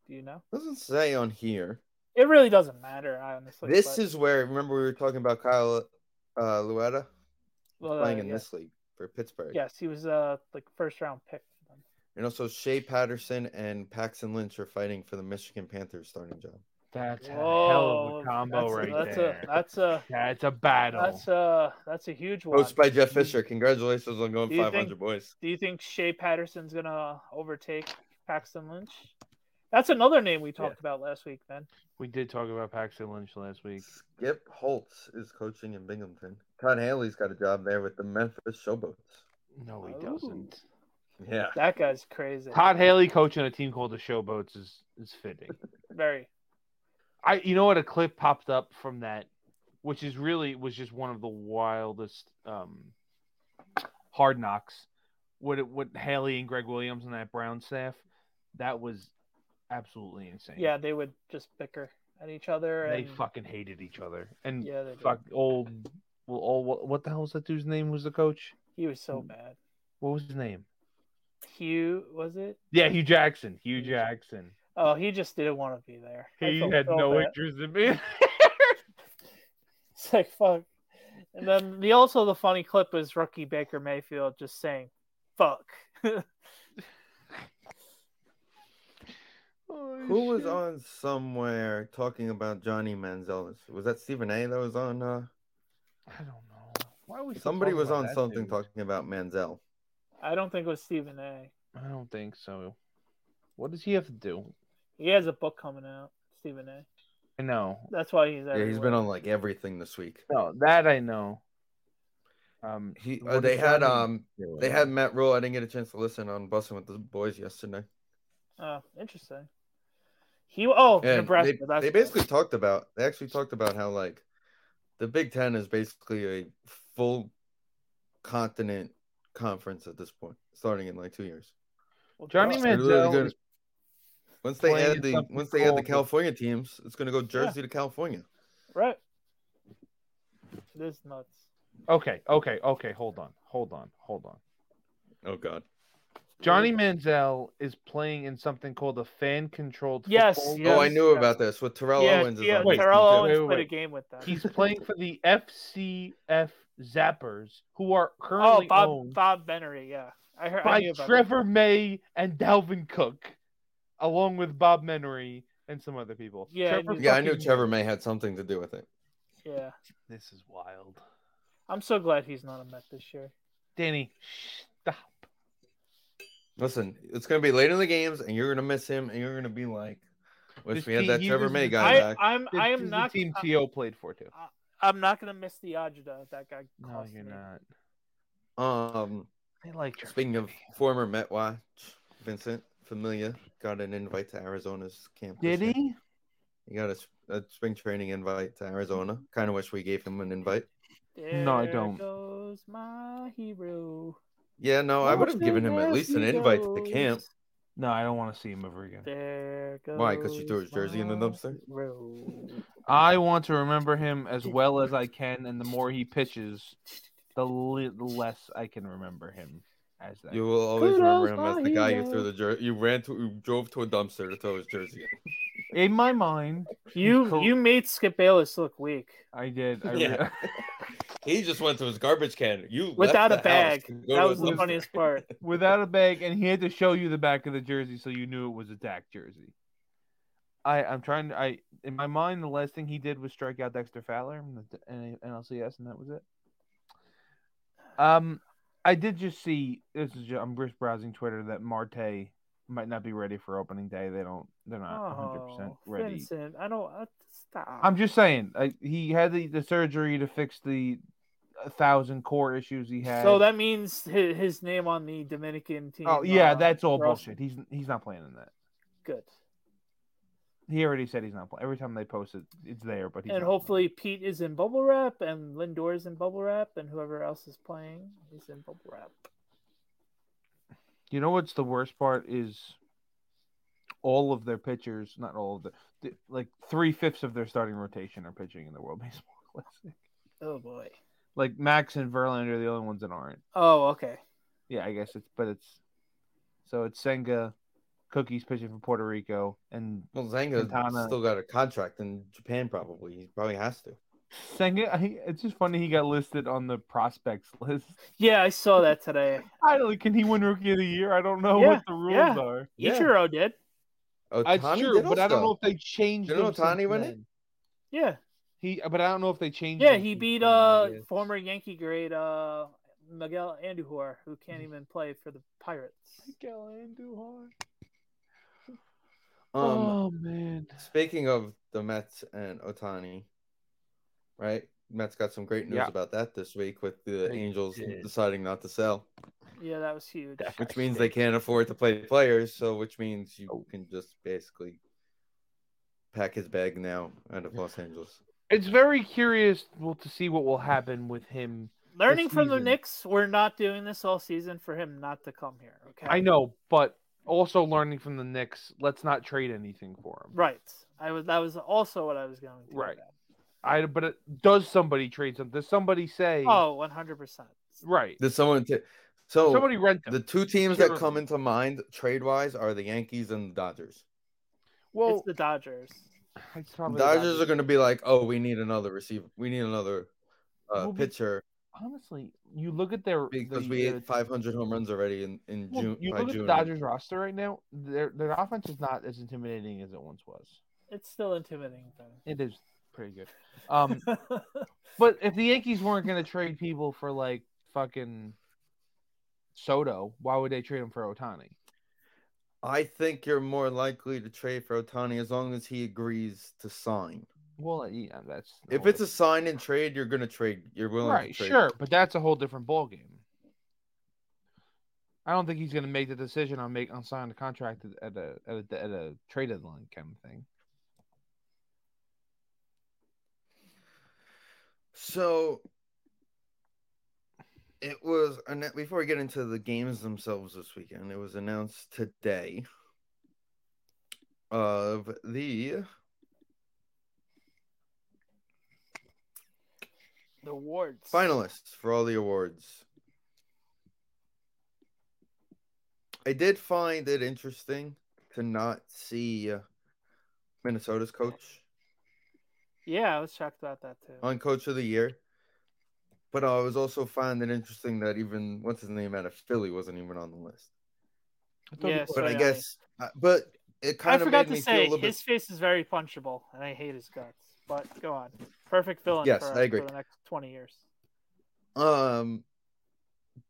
Do you know? Doesn't say on here. It really doesn't matter, honestly. This but- is where remember we were talking about Kyle uh Luetta well, uh, playing in yeah. this league for Pittsburgh. Yes, he was uh like first round pick. For them. And also, Shea Patterson and Paxton Lynch are fighting for the Michigan Panthers starting job. That's a hell of Whoa, a combo that's right a, that's there. A, that's a that's a battle. that's a that's a huge one. Coached by Jeff Fisher. Congratulations on going Do you 500, think- boys. Do you think Shea Patterson's gonna overtake Paxton Lynch? That's another name we talked about last week, man. we did talk about Paxton Lynch last week. Skip Holtz is coaching in Binghamton. Todd Haley's got a job there with the Memphis Showboats. No, he Ooh. doesn't. Yeah. That guy's crazy. Todd Haley coaching a team called the Showboats is is fitting. Very. I you know what a clip popped up from that, which is really was just one of the wildest um, hard knocks. What it, what Haley and Greg Williams and that Brown staff, that was absolutely insane. Yeah, they would just bicker at each other. they and, fucking hated each other. And Yeah, they did. fuck old, well, old what, what the hell was that dude's name? Was the coach? He was so bad. What was his name? Hugh was it? Yeah, Hugh Jackson. Hugh Hugh Jackson. Oh, he just didn't want to be there. I He felt had so no bad. interest in me. (laughs) (laughs) It's like fuck. And then the also the funny clip was rookie Baker Mayfield just saying, "Fuck." Oh, Who was on somewhere talking about Johnny Manziel? Was that Stephen A. that was on? Uh, I don't know. Why are we still somebody talking was about on that something dude? talking about Manziel. I don't think it was Stephen A. I don't think so. What does he have to do? He has a book coming out, Stephen A. I know. That's why he's everywhere. Yeah, he's been on like everything this week. No, that I know. Um, He what uh, they does had that mean? um they had Matt Rule. I didn't get a chance to listen on Busting with the Boys yesterday. Oh, interesting. He oh Yeah, Nebraska. they, that's they basically talked about they actually talked about how like the Big Ten is basically a full continent conference at this point, starting in like two years. Well, Johnny God. They're literally Manziel gonna- is once they playing add the something once they add the called the- California teams, it's gonna go Jersey to California. right. This is nuts. Okay, okay, okay. Hold on, hold on, hold on. Oh God. Johnny Manziel is playing in something called a fan-controlled. Yes, football yes. oh, I knew that's- about this with Terrell yeah, Owens. is yeah, on this Terrell team, too. Owens Wait, wait, played a wait. game with them. He's playing for the FCF Zappers, who are oh, currently Bob owned Bob Bennery. Yeah, I heard. I by knew about that. Trevor May and Dalvin Cook, along with Bob Menery and some other people. Yeah, Trevor he's- Yeah, I knew fucking- Trevor May had something to do with it. Yeah, This is wild. I'm so glad he's not a Met this year. Danny, stop. Listen, it's gonna be late in the games, and you're gonna miss him, and you're gonna be like, "Wish This we had team- that he Trevor was May the- guy I, back." I'm I This am is not. the team I, To played for too. I'm not gonna miss the Ajda. That guy. No, cost you're me. not. Um, I like Trevor. speaking of May. former Met watch, Vincent Familia got an invite to Arizona's camp. this did year. he? He got a, s- a spring training invite to Arizona. Kind of wish we gave him an invite. No, I There don't. Goes my hero. Yeah, no, Oh, I would have given him at least an There invite to goes- the camp. No, I don't want to see him ever again. There goes Why, 'cause you threw his jersey in the my dumpster? (laughs) hero. I want to remember him as well as I can, and the more he pitches, the li- less I can remember him as that. You will always Kudos, remember him as the guy who Mahio. threw the jersey. You ran to, you drove to a dumpster to throw his jersey. in. In my mind, You Cor- you made Skip Bayless look weak. I did. I Yeah. He just went to his garbage can. You left Without the a house bag. to go That to was a the dumpster. funniest part. without a bag, and he had to show you the back of the jersey so you knew it was a Dak jersey. I I'm trying to I in my mind the last thing he did was strike out Dexter Fowler and the- and NLCS and that was it. Um, I did just see this is ju- I'm just browsing Twitter that Marte might not be ready for opening day. They don't they're (laughs) not 100 percent Oh, ready. Vincent, I don't uh, stop. I'm just saying I, he had the, the surgery to fix the a thousand core issues he had. So that means his, his name on the Dominican team. oh yeah, uh, that's all Russell. bullshit. He's he's not playing in that. good. He already said he's not playing. Every time they post it, it's there. But he's and not hopefully Pete is in bubble wrap, and Lindor is in bubble wrap, and whoever else is playing is in bubble wrap. playing. you know what's the worst part is all of their pitchers, not all of the, th- like three fifths of their starting rotation are pitching in the World (laughs) Baseball Classic. Oh boy. Like Max and Verlander are the only ones that aren't. Oh okay. Yeah, I guess it's but it's so it's Senga, Cookie's pitching for Puerto Rico, and Well, Zanga Quintana. still got a contract in Japan. Probably he probably has to. Senga, I, it's just funny he got listed on the prospects (laughs) list. Yeah, I saw that today. I don't, can he win Rookie of the Year? I don't know Yeah, what the rules yeah. are. Ichiro did. That's Oh, Otani true, did but I don't also. know if they changed. Didn't him since Ohtani win it? then. Yeah, He, but I don't know if they changed. yeah. him He since beat then, uh I guess. former Yankee great uh Miguel Andujar, who can't even play for the Pirates. Miguel Andujar. Um, oh man. Speaking of the Mets and Otani, right? Mets got some great news Yeah. about that this week with the They Angels did. deciding not to sell, Yeah, that was huge. which means they Oh. can't afford to play players. So, which means you can just basically pack his bag now out of Los Angeles. It's very curious well, to see what will happen with him. Learning this from the season. Knicks, we're not doing this all season for him not to come here. Okay, I know, but also learning from the Knicks, let's not trade anything for him. Right. I was. That was also what I was going to. Right. with that. I but it, does somebody trade something? Does somebody say? Oh, one hundred percent. right. Did someone? T- so, somebody rent him. oh, the two teams that Sure. come into mind trade wise are the Yankees and the Dodgers. well, it's the Dodgers. it's probably the Dodgers are going to be like, oh, we need another receiver. We need another uh, Well, be- pitcher honestly. You look at their because the, we uh, hit 500 home runs already in, in well, June. You by look at June. the Dodgers roster right now. Their their offense is not as intimidating as it once was. It's still intimidating though. It is pretty good. (laughs) Um, But if the Yankees weren't going to trade people for like fucking Soto, why would they trade him for Otani? I think you're more likely to trade for Otani as long as he agrees to sign. Well, uh, yeah, that's If it's a sign and trade, you're gonna trade. You're willing right, to trade. sure, but that's a whole different ballgame. I don't think he's going to make the decision on make on signing a contract at a at a, at a trade deadline kind of thing. So it was anno- before we get into the games themselves this weekend. It was announced today of the the awards. finalists for all the awards. I did find it interesting to not see uh, Minnesota's coach Yeah, I was shocked about that too. on Coach of the Year. But I was also finding it interesting that even what's his name out of Philly wasn't even on the list. I thought he Yes. was- But I yeah. guess, uh, but it kind I of made forgot to me feel a say little his bit. face is very punchable, and I hate his guts. But go on, perfect villain. Yes, for, I agree. for the next twenty years. Um,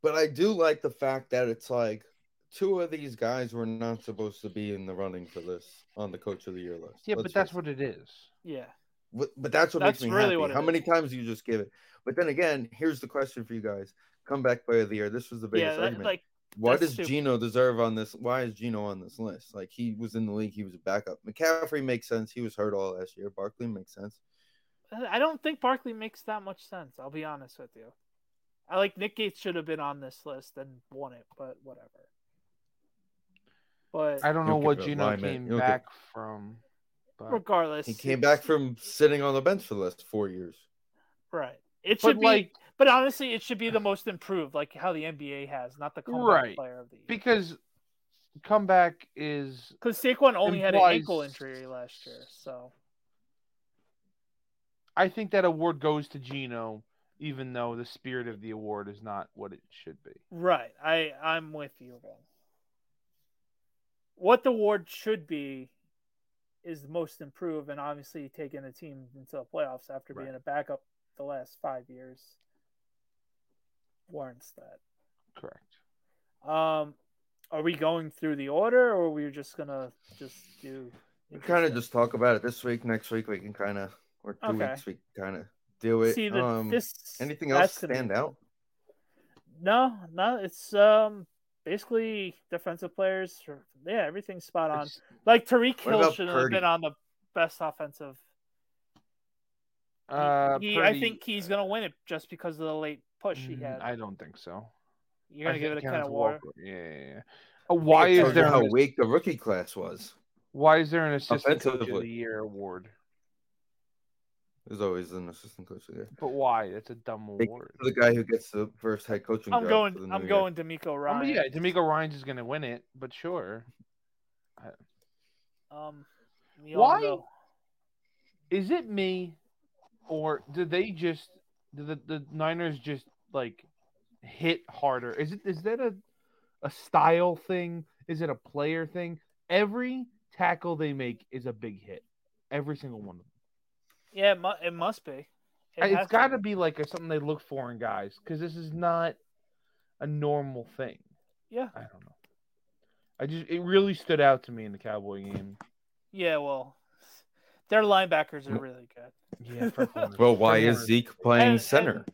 but I do like the fact that it's like two of these guys were not supposed to be in the running for this on the Coach of the Year list. yeah, Let's but that's face it. what it is. Yeah, But, but that's what That's makes me really happy. what it How is. many times do you just give it? But then again, here's the question for you guys: Comeback Player of the Year. This was the biggest yeah. That, argument. like Why that's does stupid. Gino deserve on this? Why is Gino on this list? Like he was in the league, he was a backup. McCaffrey makes sense. He was hurt all last year. Barkley makes sense. uh, I don't think Barkley makes that much sense. I'll be honest with you. I like Nick Gates should have been on this list and won it, but whatever. But I don't You'll know what give it Gino alignment. came You'll give- back from. But... regardless, He came back from sitting on the bench for the last four years. right. It should But be, like but honestly, it should be the most improved, like how the NBA has, not the comeback Right. player of the year. because comeback is Because Saquon only had an implies- ankle injury last year, so I think that award goes to Gino, even though the spirit of the award is not what it should be. right. I I'm with you then. What the award should be is the most improved, and obviously taking a team into the playoffs after Right. being a backup the last five years warrants that. Correct. Um, are we going through the order, or we're just gonna just do? We kind of just talk about it this week. Next week we can kind of, or two Okay. weeks we kind of do it. see the, um, this. anything else that's gonna be stand fun. out? No, no, it's um basically defensive players. or- Yeah, everything's spot on. It's- Like Tariq What Hill about should have Purdy? been on the best offensive. He- uh, he, I Purdy- think he's gonna win it just because of the late push he Mm, had. I don't think so. You're gonna I give it a think can of Kenneth water. Walker- Yeah, yeah, yeah. Uh, Why is Tells you there how an, weak the rookie class was? why is there an assistant coach of the Offensively. year award? There's always an assistant coach there. But why? That's a dumb They- award. The guy who gets the first head coaching. job I'm for the going. new I'm year. going D'Amico I Ryan. mean, Oh, yeah, D'Amico Ryan's is going to win it, but sure. Um, we all Why know. Is it me or did they just did the, the Niners just like hit harder? Is it is that a a style thing? Is it a player thing? Every tackle they make is a big hit. Every single one of them. Yeah, it, mu- it must be. It It has has got to be like a, something they look for in guys because this is not a normal thing. Yeah. I don't know. I just it really stood out to me in the Cowboy game. Yeah, well, their linebackers Mm. are really good. Yeah, (laughs) for fun. Well, why is Everyone- Zeke playing And- center? and-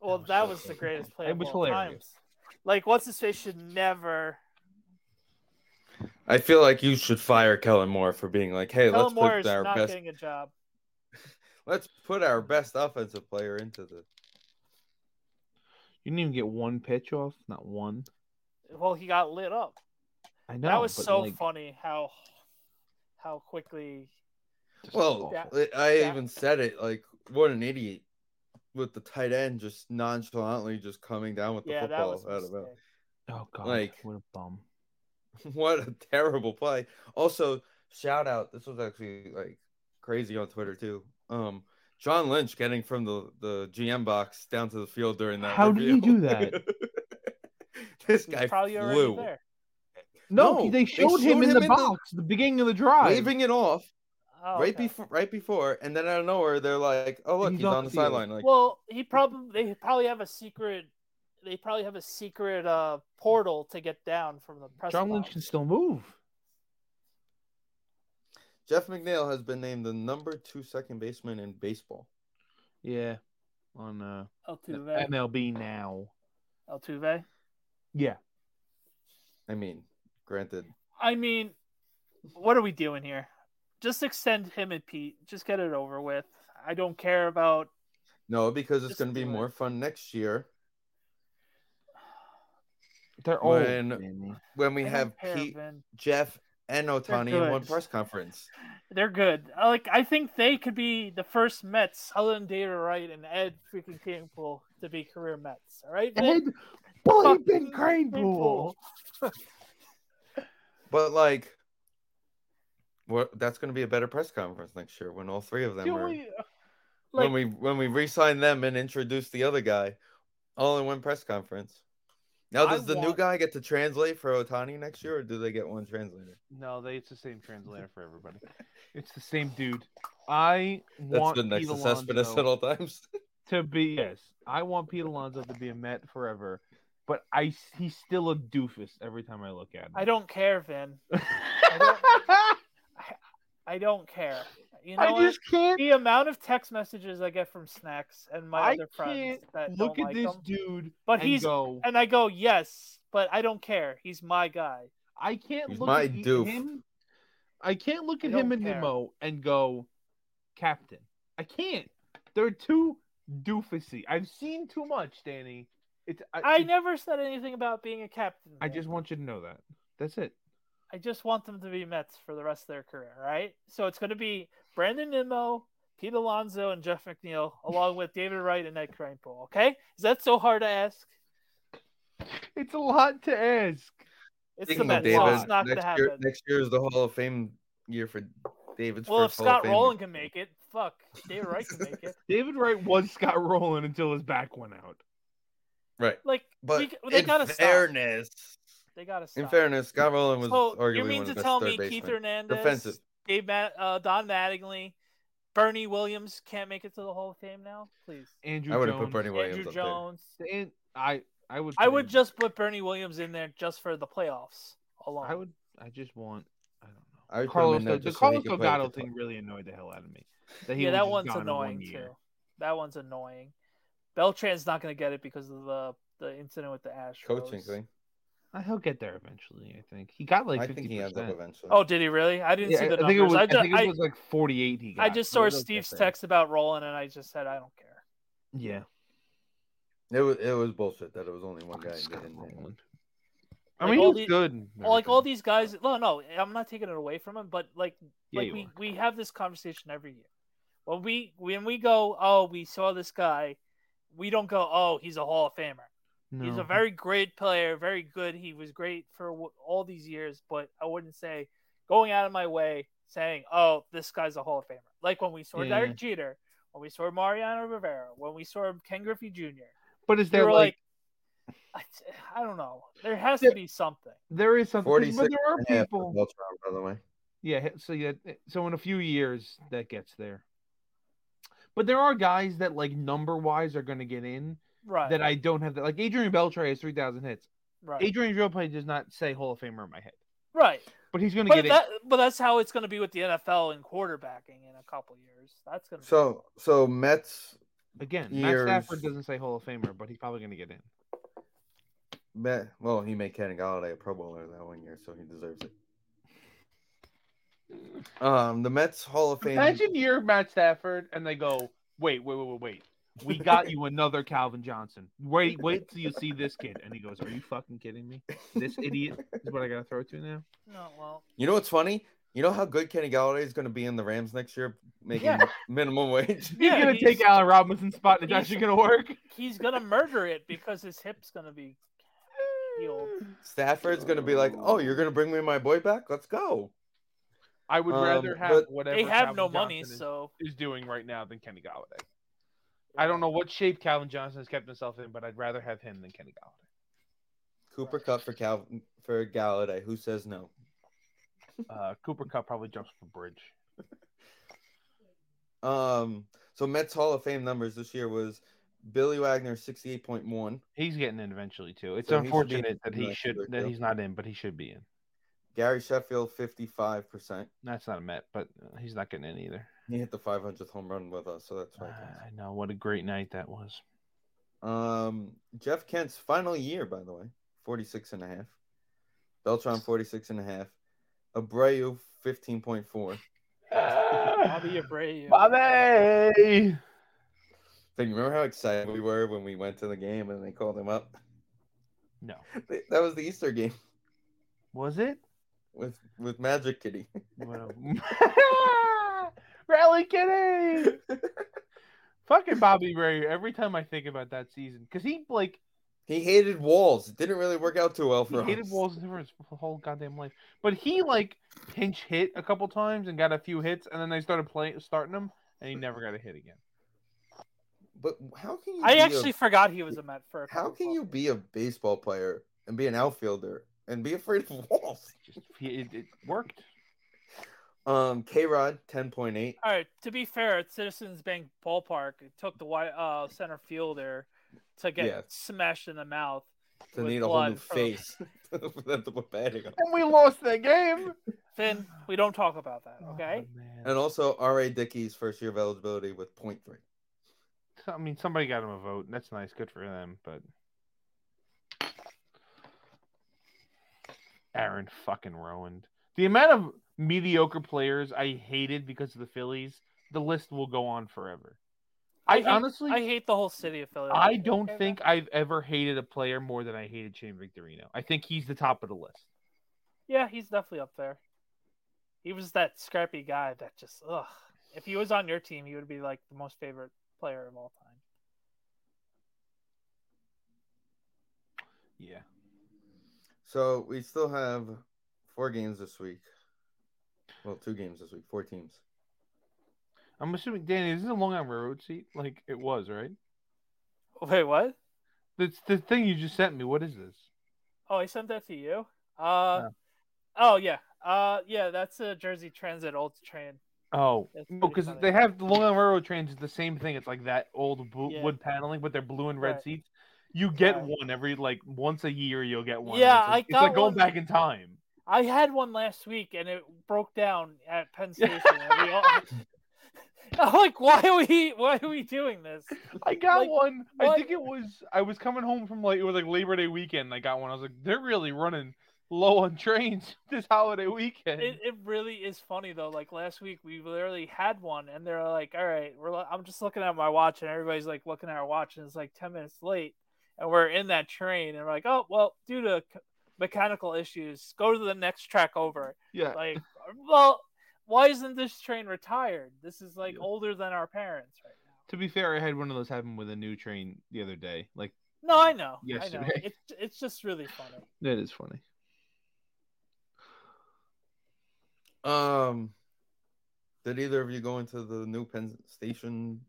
Well, was that so was the good. greatest play It of was all hilarious. times. Like, what's his face should never. I feel like you should fire Kellen Moore for being like, hey, Kellen let's Moore is put our not best getting a job. let's put our best offensive player into the You didn't even get one pitch off, not one. Well, he got lit up. I know that was but, so like, funny how how quickly. just Well, awful. I- I Yeah. even said it like what an idiot with the tight end just nonchalantly just coming down with the Yeah, that football was. a out of bounds. mistake. oh god, like- what a bum. (laughs) What a terrible play. Also, shout out. This was actually like crazy on Twitter too. Um, John Lynch getting from the the GM box down to the field during that. How did he review. do that? (laughs) this He was guy probably already flew, there. No, No, they they showed him showed in him the in the- box, the beginning of the drive. waving it off Oh, right okay. before, right before, and then out of nowhere they're like, "Oh look, He's he's, off on the the field. sideline." Like, Well, he probably they probably have a secret. They probably have a secret uh, portal to get down from the press. John box. Lynch can still move. Jeff McNeil has been named the number two second baseman in baseball. Yeah, on uh, Altuve. MLB now. Altuve. Yeah, I mean, granted, I mean, what are we doing here? Just extend him and Pete. Just get it over with. I don't care about. no, because it's Just going to be do it. more fun next year they're old. When- Manny. when we I don't have care, Pete Vin. Jeff and Otani in one good. press conference. They're good. I Like I think they could be the first Mets, Helen Data Wright and Ed freaking Kingpool to be career Mets. All right, Vin? Ed, bully Fuck Ben you, Cranepool. Cranepool. But like, what? That's going to be a better press conference next year when all three of them Do Oh, are. we- when we when we re-sign them and introduce the other guy, all in one press conference. Now, I does the new want- guy get to translate for Otani next year, or do they get one translator? No, they, it's the same translator for (laughs) everybody. It's the same dude. I That's want the next Pete Cespedes Alonso at all times. to be yes. I want Pete Alonso to be a Met forever, but I he's still a doofus every time I look at him. I don't care, Vin. (laughs) I, I don't care. You know I what? just can't the amount of text messages I get from Snacks and my I other friends can't that look don't like at this him. dude. But and he's go. and I go yes, but I don't care. He's my guy. I can't He's look my at he- doof. him. I can't look I at him don't and care. Nemo and go, Captain. I can't. They're too doofusy. I've seen too much, Danny. It's I, I it's- never said anything about being a captain. I man. just want you to know that. That's it. I just want them to be Mets for the rest of their career, right? So it's going to be Brandon Nimmo, Pete Alonso, and Jeff McNeil, along with David Wright and Ed Cranepool. Okay, is that so hard to ask? It's a lot to ask. It's Speaking the of Mets. so David, it's not going to next happen. year, next year is the Hall of Fame year for David's well, if first Hall of Scott Fame. Rowland can make it, fuck, David Wright can make (laughs) it. David Wright was Scott Rowland until his back went out. right? Like, But we, they in got to stop. fairness, They got to stop. in fairness, Scott Rowland was so arguably you mean one to of the tell best me third Keith basemen. Hernandez, Defensive. Dave, Mat- uh, Don Mattingly, Bernie Williams can't make it to the Hall of Fame now? Please, Andrew I would have Jones. put Bernie Williams Andrew up there. Jones. And I I would. I put would Andrew- just put Bernie Williams in there just for the playoffs alone. I would. I just want. I don't know. I would put him Carlos. in there the just so he Carlos could play with Delgado the- thing really annoyed the hell out of me. That he yeah, was that just one's gone in annoying one year. too. That one's annoying. Beltran's not going to get it because of the the incident with the Astros. coaching thing. Uh, He'll get there eventually. I think he got like. I 50%. think he ends up eventually. Oh, did he really? I didn't see the I numbers. think it was. I I, just, think it I, was like forty-eight. He got. I just so saw it'll get Steve's there. text about Roland, and I just said I don't care. Yeah. It was it was bullshit that it was only one guy. Fucking that Scott didn't make it. Rowland. I Like mean, all the- he's good. and Like all everything. these guys. No, no, I'm not taking it away from him, but like Yeah, like you we, are. we have this conversation every year. When we when we go, oh, we saw this guy, we don't go, oh, he's a Hall of Famer. He's No. a very great player, very good. He was great for w- all these years, but I wouldn't say going out of my way saying, "Oh, this guy's a Hall of Famer." Like when we saw Yeah. Derek Jeter, When we saw Mariano Rivera, when we saw Ken Griffey Jr., But is they there were like, like, I, I don't know. There has Yeah. to be something. there is something? 'cause- 46 But there and a are half for people. Beltran, by the way. Yeah, hit- so yeah, eh, so in a few years that gets there. But there are guys that like number wise are going to get in Right. that I don't have that. Like Adrian Beltre has three thousand hits. right. Adrian Beltre does not say Hall of Famer in my head, right. but he's going to But, get that, but that's how it's going to be with the NFL and quarterbacking in a couple years. That's going to So, so Mets, in again. years. Matt Stafford doesn't say Hall of Famer, but he's probably going to get in. Met, well, he made Kenny Galladay a Pro Bowler that one year, so he deserves it. Um, the Mets Hall of Fame. Imagine you're Matt Stafford and they go, wait, wait, wait, wait, wait. We got you another Calvin Johnson. Wait, wait till you see this kid. And he goes, Are you fucking kidding me? This idiot is what I gotta throw to now. be. No, well, You know what's funny? You know how good Kenny Galladay is going to be in the Rams next year, making Yeah. (laughs) minimum wage. (laughs) He's Yeah, gonna he's- take Allen Robinson's spot and it's he's- actually gonna work. he's going to murder it because his hip's going to be healed. Stafford's going to be like, "Oh, you're going to bring me my boy back? Let's go." I would Um, rather have but- whatever They have Calvin no money, Johnson is- so is doing right now than Kenny Galladay. I don't know what shape Calvin Johnson has kept himself in, but I'd rather have him than Kenny Galladay. Cooper Cup for Cal for Galladay. Who says no? Uh, Cooper Cup probably jumps from a bridge. Um, so Mets Hall of Fame numbers this year was Billy Wagner sixty eight point one, He's getting in eventually too. It's So he should be in unfortunate that he next should year, that too. he's not in, but he should be in. Gary Sheffield fifty five percent. That's not a Met, but uh, he's not getting in either. He hit the five hundredth home run with us, so that's Uh, why. it counts. I know what a great night (laughs) that was. Um, Jeff Kent's final year, by the way, 46 and a half. Beltron, 46 and a half. Abreu, 15.4. Bobby Abreu. Bobby! Then you remember how excited we were when we went to the game and they called him up? (laughs) No, That was the Easter game (laughs) was it? with, with Magic Kitty. (laughs) What a- (laughs) Rally Kitty! (laughs) Fucking Bobby Ray. Every time I think about that season, because he like He hated walls. It didn't really work out too well he for hated us. Walls for his whole goddamn life, but he like pinch hit a couple times and got a few hits, and then they started playing starting him, and he never got a hit again. But how can you? I be a- actually forgot he was a Met for a how couple can you of- be a baseball player and be an outfielder and be afraid of walls? Just he, it, it worked. Um, K Rod, 10.8. All right. To be fair, at Citizens Bank Ballpark, it took the wi- uh, center fielder to get Yeah. smashed in the mouth. To With need a whole new blood from- face (laughs) for them to put batting on. And we lost that game. Finn, we don't talk about that, okay? Oh, man. And also R.A. Dickey's first year of eligibility with 0.3. I mean, somebody got him a vote. and That's nice. Good for them. But Aaron fucking ruined the amount of mediocre players I hated because of the Phillies. The list will go on forever. I, hate, honestly, I I, hate the whole city of Philly. don't think I've ever hated a player more than I hated Shane Victorino. I think he's the top of the list. Yeah, he's definitely up there. He was that scrappy guy that just ugh. If he was on your team, he would be like the most favorite player of all time. Yeah. So we still have four games this week. Well, two games this week, four teams. I'm assuming Danny, is this a Long Island Railroad seat? Like it was, right? Wait, what? That's the thing you just sent me. What is this? Oh, I sent that to you. Uh, oh yeah, uh, yeah. That's a Jersey Transit old train. Oh, That's no, pretty because funny. they have the Long Island Railroad trains. It's the same thing. It's like that old bo- Yeah. wood paneling, but they're blue and red Right. seats. You get Right. one every like once a year. You'll get one. Yeah, it's like, I it's like got going one- back in time. I had one last week and it broke down at (laughs) Penn Station. and we all... (laughs) I'm like, why are we? Why are we doing this? I got Like, one. I what? think it was. I was coming home from like it was like Labor Day weekend. and I got one. I was like, they're really running low on (laughs) trains this holiday weekend. It, it really is funny though. Like last week, we literally had one, and they're like, "All right, we're." li- I'm just looking at my watch, and everybody's like looking at our watch, and it's like ten minutes late, and we're in that train, and we're like, "Oh well, due to c- mechanical issues, go to the next track over." yeah, Like, well, why isn't this train retired? This is like older than our parents right now. to be fair, I had one of those happen with a new train the other day. Like No, I know. I know. Yesterday. It's it's just really (laughs) funny. that is funny. Um, did either of you go into the new Penn Station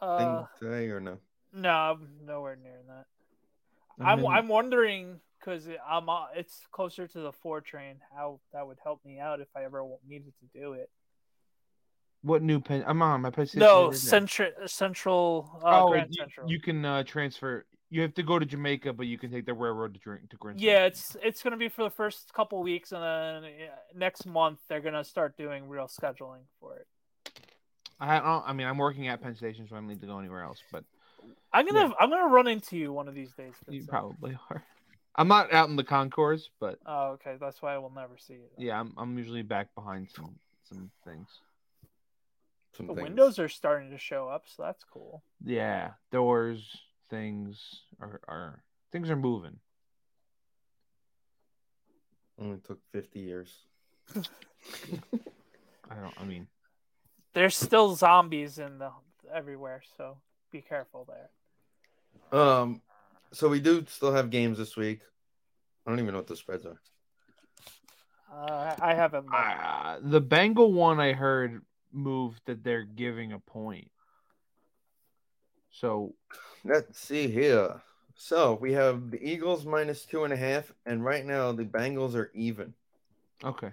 thing Uh, today or no? no, I'm nowhere near that. I'm mean, I'm wondering because I'm uh, it's closer to the four train. How that would help me out if I ever wa- needed to do it. What new pen? I'm on my PlayStation. No, right now. central central uh, Oh, Grand you, Central. you can uh, transfer. You have to go to Jamaica, but you can take the railroad to drink to Grand yeah, it's it's gonna be for the first couple weeks, and then uh, next month they're gonna start doing real scheduling for it. I don't. I mean, I'm working at Penn Station, so I don't need to go anywhere else. But I'm gonna I'm gonna run into you one of these days. you Vincent. probably (laughs) are. I'm not out in the concourse, but Oh, okay. That's why I will never see you. then. yeah, I'm, I'm usually back behind some some things. Some The things. windows are starting to show up, so that's cool. Yeah, doors, things are are things are moving. only took fifty years. I don't. I mean, There's still zombies in the everywhere, so be careful there. Um, so we do still have games this week. I don't even know what the spreads are. Uh, I haven't. looked. uh, the Bengal one I heard moved that they're giving a point. So Let's see here. So we have the Eagles minus two and a half, and right now the Bengals are even, okay,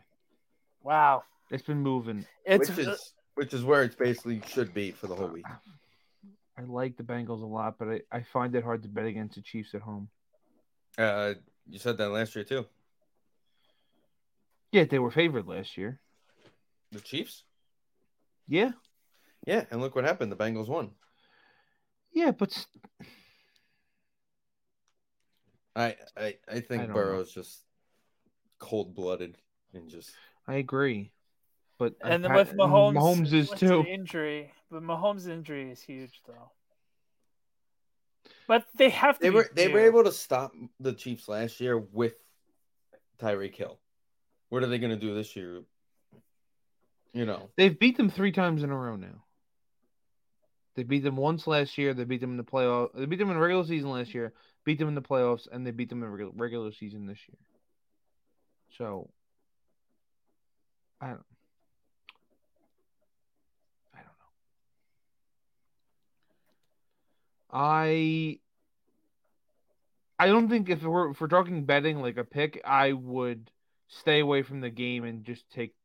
Wow, it's been moving. it's which is which is where it's basically should be for the whole week. I like the Bengals a lot, but I, I find it hard to bet against the Chiefs at home. Uh, you said that last year too. Yeah, they were favored last year. The Chiefs. Yeah, Yeah, and look what happened. The Bengals won. yeah, but s- I I, I think I don't Burrow's just cold blooded and just I agree. But I and then pa- with Mahomes, Mahomes is with too. the injury, but Mahomes' injury is huge though. But they have to. they be were they were due. able to stop the Chiefs last year with Tyreek Hill. What are they going to do this year? You know, They've beat them three times in a row now. They beat them once last year. They beat them in the playoff. They beat them in the regular season last year. Beat them in the playoffs, and they beat them in the regu- regular season this year. So, I don't. I don't know. I. I don't think if we're if we're talking betting like a pick, I would stay away from the game and just take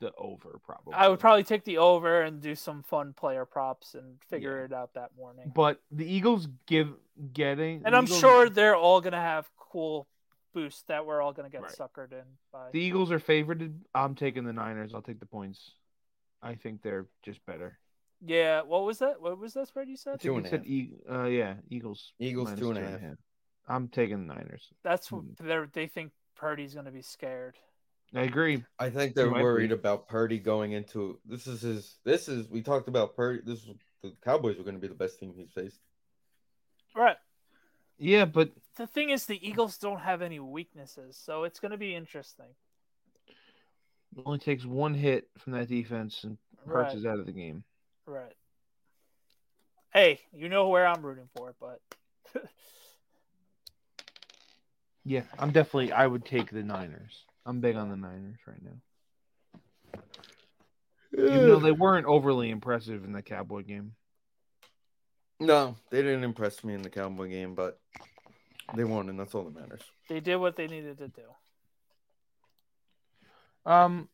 the over. Probably, I would probably take the over and do some fun player props and figure it out that morning. But the Eagles give getting, and the I'm Eagles- sure they're all gonna have cool boosts that we're all gonna get Right. suckered in by. the Eagles are favored. I'm taking the Niners. I'll take the points. I think they're just better. Yeah, what was that? What was that spread you I said? think Two you and a said half. E- uh, yeah, Eagles. Eagles minus two and a half. I'm taking the Niners. That's what Hmm. they're, they think Purdy's gonna be scared. I agree. I think they're might be. worried about Purdy going into this is his this is we talked about Purdy this is- the Cowboys were going to be the best team he's faced. Right. Yeah, but The thing is, the Eagles don't have any weaknesses, so it's gonna be interesting. it only takes one hit from that defense and Hurts Right. is out of the game. Right. Hey, you know where I'm rooting for, but Yeah, I'm definitely. I would take the Niners. I'm big on the Niners right now. Even though they weren't overly impressive in the Cowboy game. No, they didn't impress me in the Cowboy game, but they won and that's all that matters. they did what they needed to do. Um,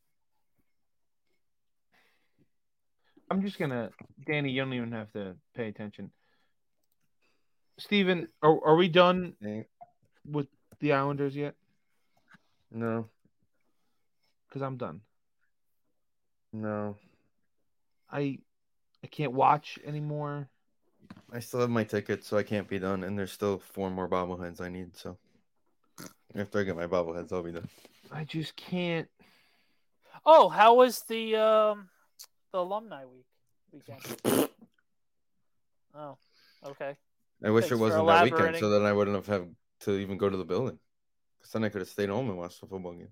I'm just gonna, Danny. You don't even have to pay attention. Steven, are are we done Eh, with the Islanders yet? No, Because I'm done. no. I I can't watch anymore. I still have my ticket, so I can't be done. And there's still four more bobbleheads I need. So after I get my bobbleheads, I'll be done. I just can't. Oh, how was the um the alumni week (laughs) weekend? oh, okay. I wish Thanks it for wasn't that weekend, elaborating. so then I wouldn't have had to even go to the building. Because then I could have stayed home and watched the football game.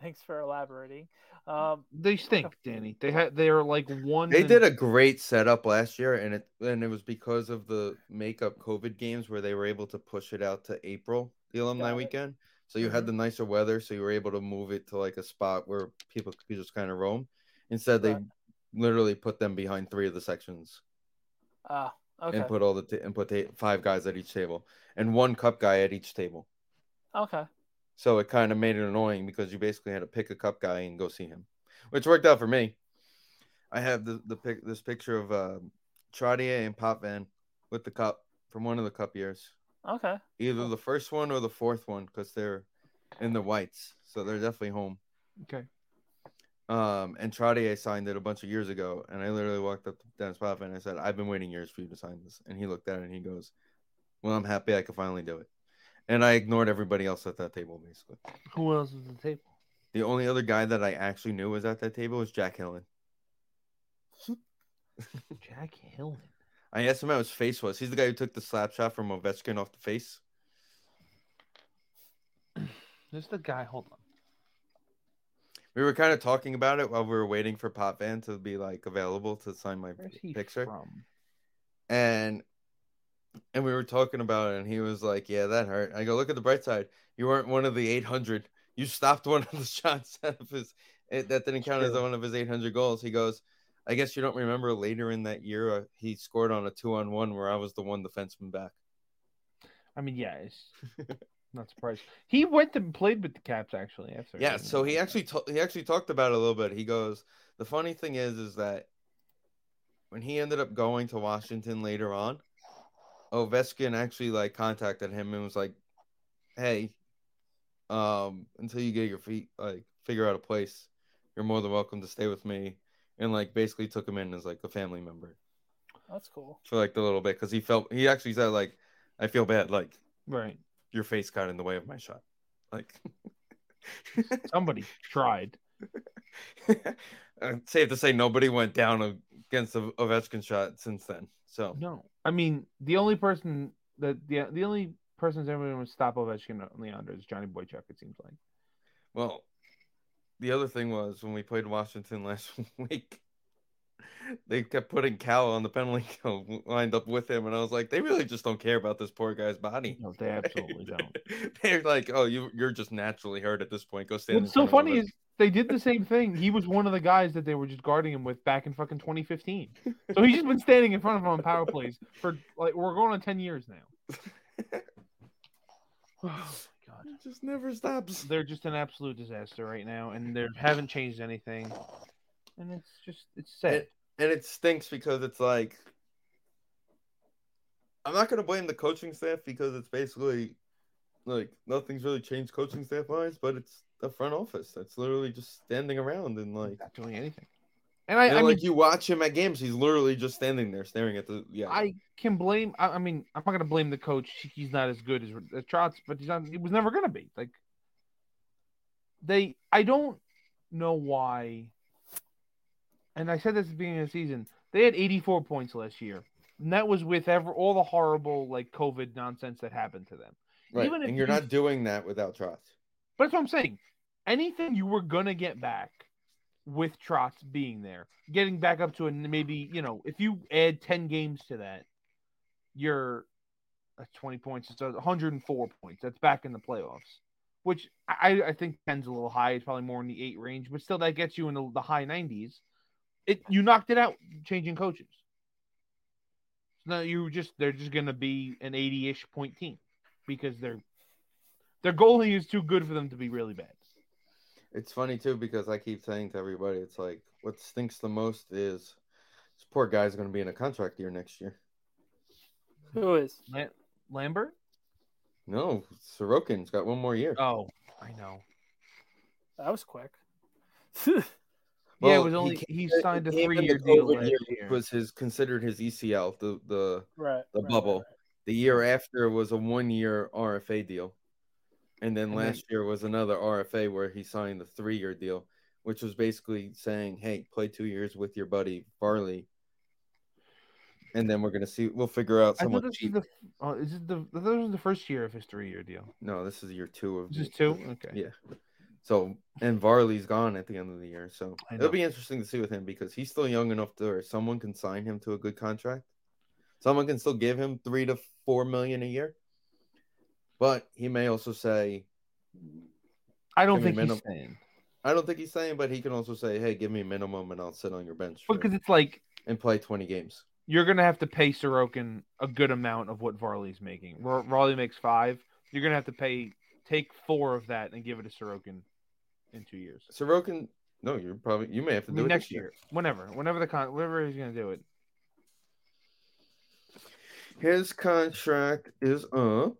Thanks for elaborating. Um, They stink, Danny. They had. They are like one. They and- did a great setup last year, and it and it was because of the makeup COVID games where they were able to push it out to April, the alumni Got it. weekend. So you had Mhm. the nicer weather, so you were able to move it to like a spot where people could just kind of roam. Instead, they Right. literally put them behind three of the sections Ah, okay. and put all the t- and put the five guys at each table and one cup guy at each table. Okay. So it kind of made it annoying because you basically had to pick a cup guy and go see him, which worked out for me. I have the, the pic, this picture of uh, Trottier and Pop Van with the cup from one of the cup years, Okay. either the first one or the fourth one, because they're in the whites, so they're definitely home. Okay. Um, and Trottier signed it a bunch of years ago, and I literally walked up to Dennis Pop and I said, "I've been waiting years for you to sign this," and he looked at it and he goes, "Well, I'm happy I could finally do it." And I ignored everybody else at that table basically. Who else was at the table? The only other guy that I actually knew was at that table was Jack Hillen. Jack Hillen. I asked him how his face was. He's the guy who took the slap shot from Ovechkin off the face. This is the guy. Hold on. We were kind of talking about it while we were waiting for Pop Van to be like available to sign my Where's he picture. from? And and we were talking about it, and he was like, "Yeah, that hurt." I go, "Look at the bright side. You weren't one of the 800. You stopped one of the (laughs) shots out of his. It, that didn't count as True. one of his 800 goals." He goes, "I guess you don't remember later in that year uh, he scored on a two-on-one where I was the one defenseman back." I mean, yeah, it's not surprised. He went and played with the Caps actually. After Yeah, so he actually ta- he actually talked about it a little bit. He goes, the funny thing is, is that when he ended up going to Washington later on, Ovechkin actually like contacted him and was like, "Hey, um, until you get your feet like figure out a place, you're more than welcome to stay with me." And like basically took him in as like a family member That's cool. for like the little bit because he felt he actually said like, "I feel bad like right. your face got in the way of my shot," like. (laughs) Somebody tried. (laughs) Uh, safe to say nobody went down against the Ovechkin shot since then. So No, I mean the only person that the the only person that's ever going to stop Ovechkin on Leander is Johnny Boychuk. It seems like. well, the other thing was when we played Washington last (laughs) week, they kept putting Cal on the penalty (laughs) kill, lined up with him, and I was like, they really just don't care about this poor guy's body. No, they absolutely (laughs) don't. (laughs) They're like, oh, you you're just naturally hurt at this point. Go stand. in What's so front of funny the- is they did the same thing. He was one of the guys that they were just guarding him with back in fucking 2015. So he's just been standing in front of him on power plays for like we're going on 10 years now. Oh my god. It just never stops. They're just an absolute disaster right now and they haven't changed anything. And it's just it's sad. and it stinks because it's like I'm not gonna blame the coaching staff because it's basically like nothing's really changed coaching staff wise, but it's the front office that's literally just standing around and like not doing anything. And I, and, I mean like you watch him at games, he's literally just standing there staring at the yeah. I can blame. I, I mean, I'm not gonna blame the coach. He's not as good as, as Trotz, but he's not. He was never gonna be. Like they, I don't know why. And I said this at the beginning of the season. They had 84 points last year, and that was with ever all the horrible like COVID nonsense that happened to them. right. even if and you're you- not doing that without Trotz. But that's what I'm saying. Anything you were gonna get back with Trotz being there, getting back up to an maybe you know if you add ten games to that, you're uh, twenty points. It's 104 points. That's back in the playoffs, which I, I think 10's a little high. It's probably more in the eight range, but still that gets you in the, the high 90s. It you knocked it out changing coaches. No, you just they're just gonna be an 80-ish point team because they're their goalie is too good for them to be really bad. It's funny too because I keep saying to everybody, it's like what stinks the most is this poor guy's gonna be in a contract year next year. Who is? Lambert? No, Sorokin's got one more year. Oh, I know. That was quick. (laughs) yeah, Well, it was he only came- he, signed a he came in three year the deal COVID last year, year. was his considered his ECL. The the right. The right, bubble. right, the year after was a one year RFA deal, and then And then- last year was another RFA where he signed the three year deal, which was basically saying, "Hey, play two years with your buddy Barley, and then we're gonna see. We'll figure out I thought someone this cheap." was the oh, is it the this was the first year of his three year deal. no, this is year two of This is the- two. Okay. Yeah. So and Varley's gone at the end of the year, so I it'll know. be interesting to see with him because he's still young enough to where someone can sign him to a good contract. Someone can still give him three to four million a year, but he may also say, I don't Give me think he's minimum. staying. I don't think he's saying, but he can also say, "Hey, give me minimum, and I'll sit on your bench for- because it's like and play twenty games." you're gonna have to pay Sorokin a good amount of what Varley's making. Var- Varley makes five. You're gonna have to pay take four of that and give it to Sorokin in two years. Sorokin, no, you're probably you may have to do it next this year. whenever, whenever the con, whenever he's gonna do it. His contract is up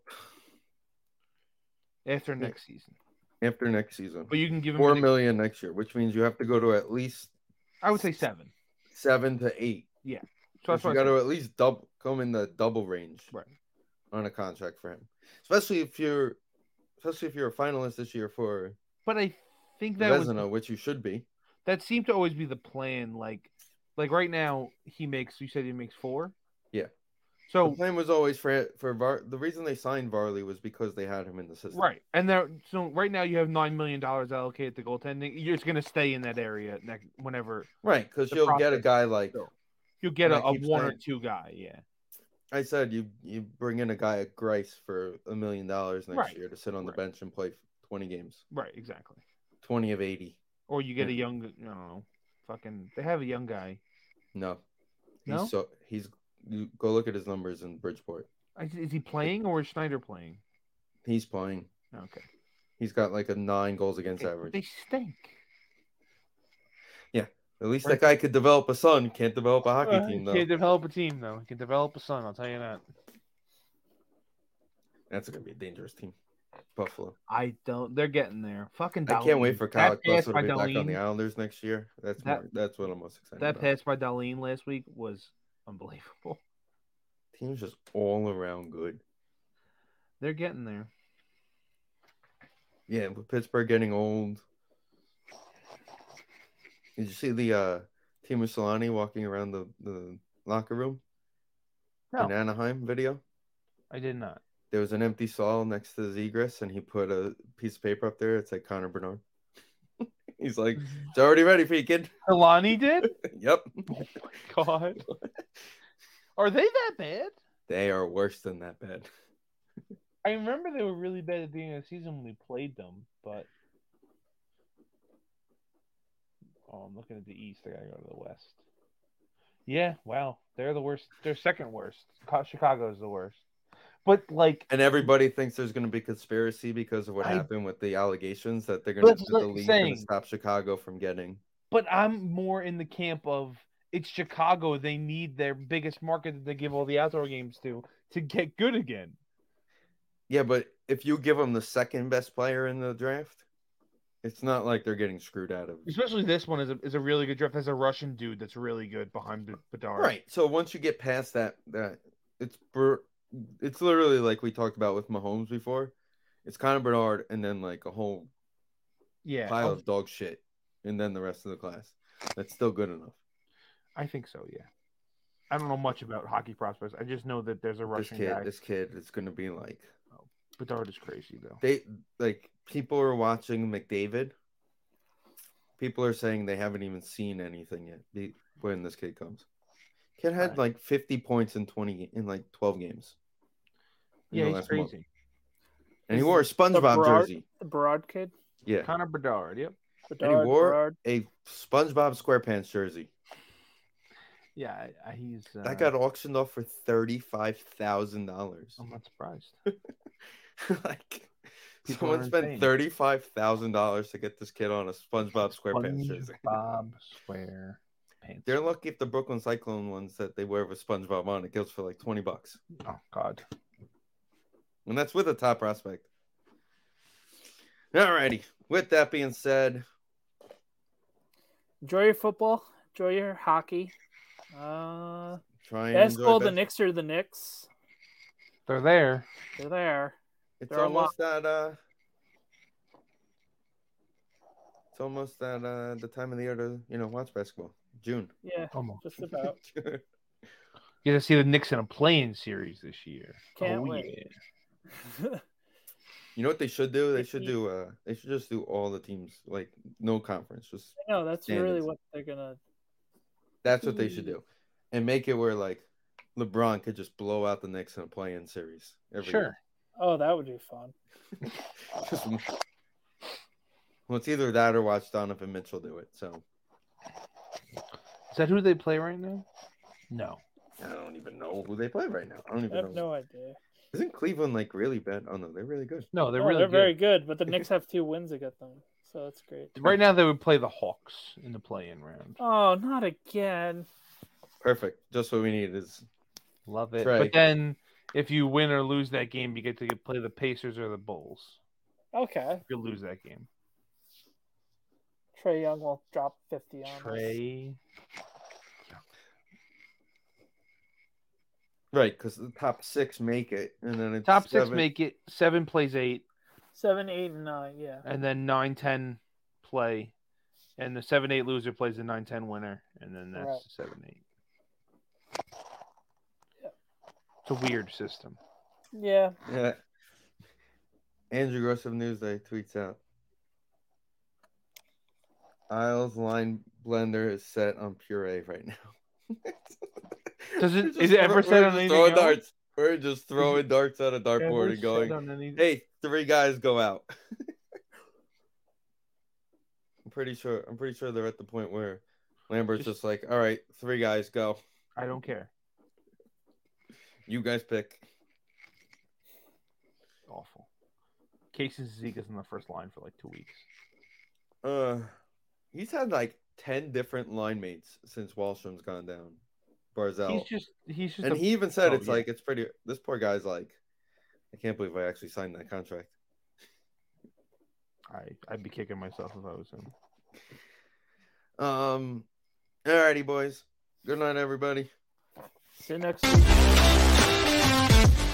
After next season, after next season, but you can give him. four an- million next year, which means you have to go to at least I would say seven. seven to eight. So that's you what got I to at least double come in the double range Right. on a contract for him, especially if you're, especially if you're a finalist this year for But I think that was Vezina, which you should be. that seemed to always be the plan. Like, like right now he makes. You said he makes four. Yeah. The So plan was always for for Var. The reason they signed Varley was because they had him in the system. Right, and there. So right now you have nine million dollars allocated to goaltending. You're just gonna stay in that area next, whenever right. Because The you'll get a prospect. guy like you get And a, I a keep one or saying- two guy. Yeah, I said, you you bring in a guy at Grice for a million dollars next Right. year to sit on the Right. bench and play twenty games, right, exactly. twenty of eighty. Or you get a young, I don't know, fucking. They have a young guy. No, No? he's so he's you go look at his numbers in Bridgeport. I- Is he playing or is Schneider playing? He's playing. Okay, He's got like a nine goals against they, average. they stink. At least Right. that guy could develop a son. Can't develop a hockey Uh, team though. Can't develop a team though. He can develop a son. I'll tell you that. That's gonna be a dangerous team. Buffalo. I don't. They're getting there. Fucking. I can't wait Darlene. for Kyle That pass Kessel by to be back on the Darlene. Islanders next year. That's That- more, that's what I'm most excited That about. pass by Darlene last week was unbelievable. (laughs) Team's just all around good. They're getting there. Yeah, with Pittsburgh getting old. Did you see the uh Timo Solani walking around the, the locker room No. in Anaheim video? I did not. There was an empty stall next to Zegras, and he put a piece of paper up there. It's like Connor Bernard. (laughs) He's like, Mm-hmm. it's already ready for you, (laughs) kid. Alani did? (laughs) yep. (laughs) God. Are they that bad? They are worse than that bad. I remember they were really bad at the end of the season when we played them, but Oh, I'm looking at the East. I gotta go to the West. Yeah, wow. They're the worst. They're second worst. Co- Chicago's the worst. But like And everybody thinks there's going to be conspiracy because of what I- happened with the allegations that they're going to That's the what I'm league saying. going to stop Chicago from getting. but I'm more in the camp of it's Chicago. They need their biggest market that they give all the outdoor games to to get good again. Yeah, but if you give them the second best player in the draft, it's not like they're getting screwed out of. Especially this one is a, is a really good draft. There's a Russian dude that's really good behind B- Bedard. Right. So once you get past that, that it's Ber- it's literally like we talked about with Mahomes before. It's Connor Bernard and then like a whole Yeah. pile I'll- of dog shit, and then the rest of the class. That's still good enough. I think so. Yeah. I don't know much about hockey prospects. I just know that there's a Russian this kid, guy. this kid, is going to be like Bedard is crazy though. they like people are watching McDavid. People are saying they haven't even seen anything yet be- when this kid comes. Kid had Right. like 50 points in 20 in like 12 games. in Yeah, the he's last month. crazy. And he wore a SpongeBob Berard- jersey. The Berard kid. Yeah. Connor Bedard. Yep. And he Bedard, wore Berard. a SpongeBob SquarePants jersey. Yeah, I- I- he's. Uh, That got auctioned off for $35,000. I'm (laughs) not surprised. like People someone are spent insane. $35,000 to get this kid on a SpongeBob SquarePants jersey. (laughs) Bob Square Pants. They're lucky if the Brooklyn Cyclone ones that they wear with SpongeBob on it goes for like twenty bucks, Oh God. and that's with a top prospect. Alrighty. With that being said, Enjoy your football. Enjoy your hockey. Uh, try and enjoy basketball. The bas- Knicks are the Knicks. They're there. They're there. It's They're a almost that. Uh, it's almost that uh, the time of the year to you know watch basketball. (laughs) June. Yeah, Almost. (laughs) just about. You're Oh, gonna see the Knicks in a playing series this year. Can't oh wait. yeah. you know what they should do? They If should you- do. Uh, they should just do all the teams like no conference. Just no, that's really Standards. what they're gonna. That's what they should do, and make it where like LeBron could just blow out the Knicks in a play-in series. Every Sure. year. (laughs) Oh, that would be fun. Just- Well, it's either that or watch Donovan Mitchell do it. So Is that who they play right now? No. I don't even know who they play right now. I don't I even have know. no idea. Isn't Cleveland like really bad? Oh no, they're really good. No, they're No, really they're good. very good, but the Knicks have two wins against them, so that's great. Right now, they would play the Hawks in the play-in round. Oh, not again. Perfect. Just what we need is Love it. right. But then, if you win or lose that game, you get to play the Pacers or the Bulls. Okay. If you lose that game, Trey Young will drop 50 on us. Trey. right because the top six make it, and then it's Top six seven- make it. Seven plays eight, 7, 8, and 9, yeah. and then nine ten play, and the seven eight loser plays the nine ten winner, and then that's Right. the seven eight. Yeah. It's a weird system. Yeah. (laughs) Yeah. Andrew Gross of Newsday tweets out. Isles line blender is set on puree right now. (laughs) Does it- We're just is it ever throw- set we're on just anything Throwing else? darts. We're just throwing darts (laughs) at a dartboard and going, (laughs) "Hey, three guys go out." (laughs) I'm pretty sure. I'm pretty sure they're at the point where Lambert's Just- just like, "All right, three guys go. I don't care. You guys pick." Awful. Casey Zegas in the first line for like two weeks. Uh, he's had like ten different line mates since Wallstrom's gone down. Barzell, He's just he's just and a- he even said oh, it's yeah. like it's pretty. This poor guy's like, I can't believe I actually signed that contract. I I'd be kicking myself if I was him. Um, alrighty, boys. Good night, everybody. See you next week.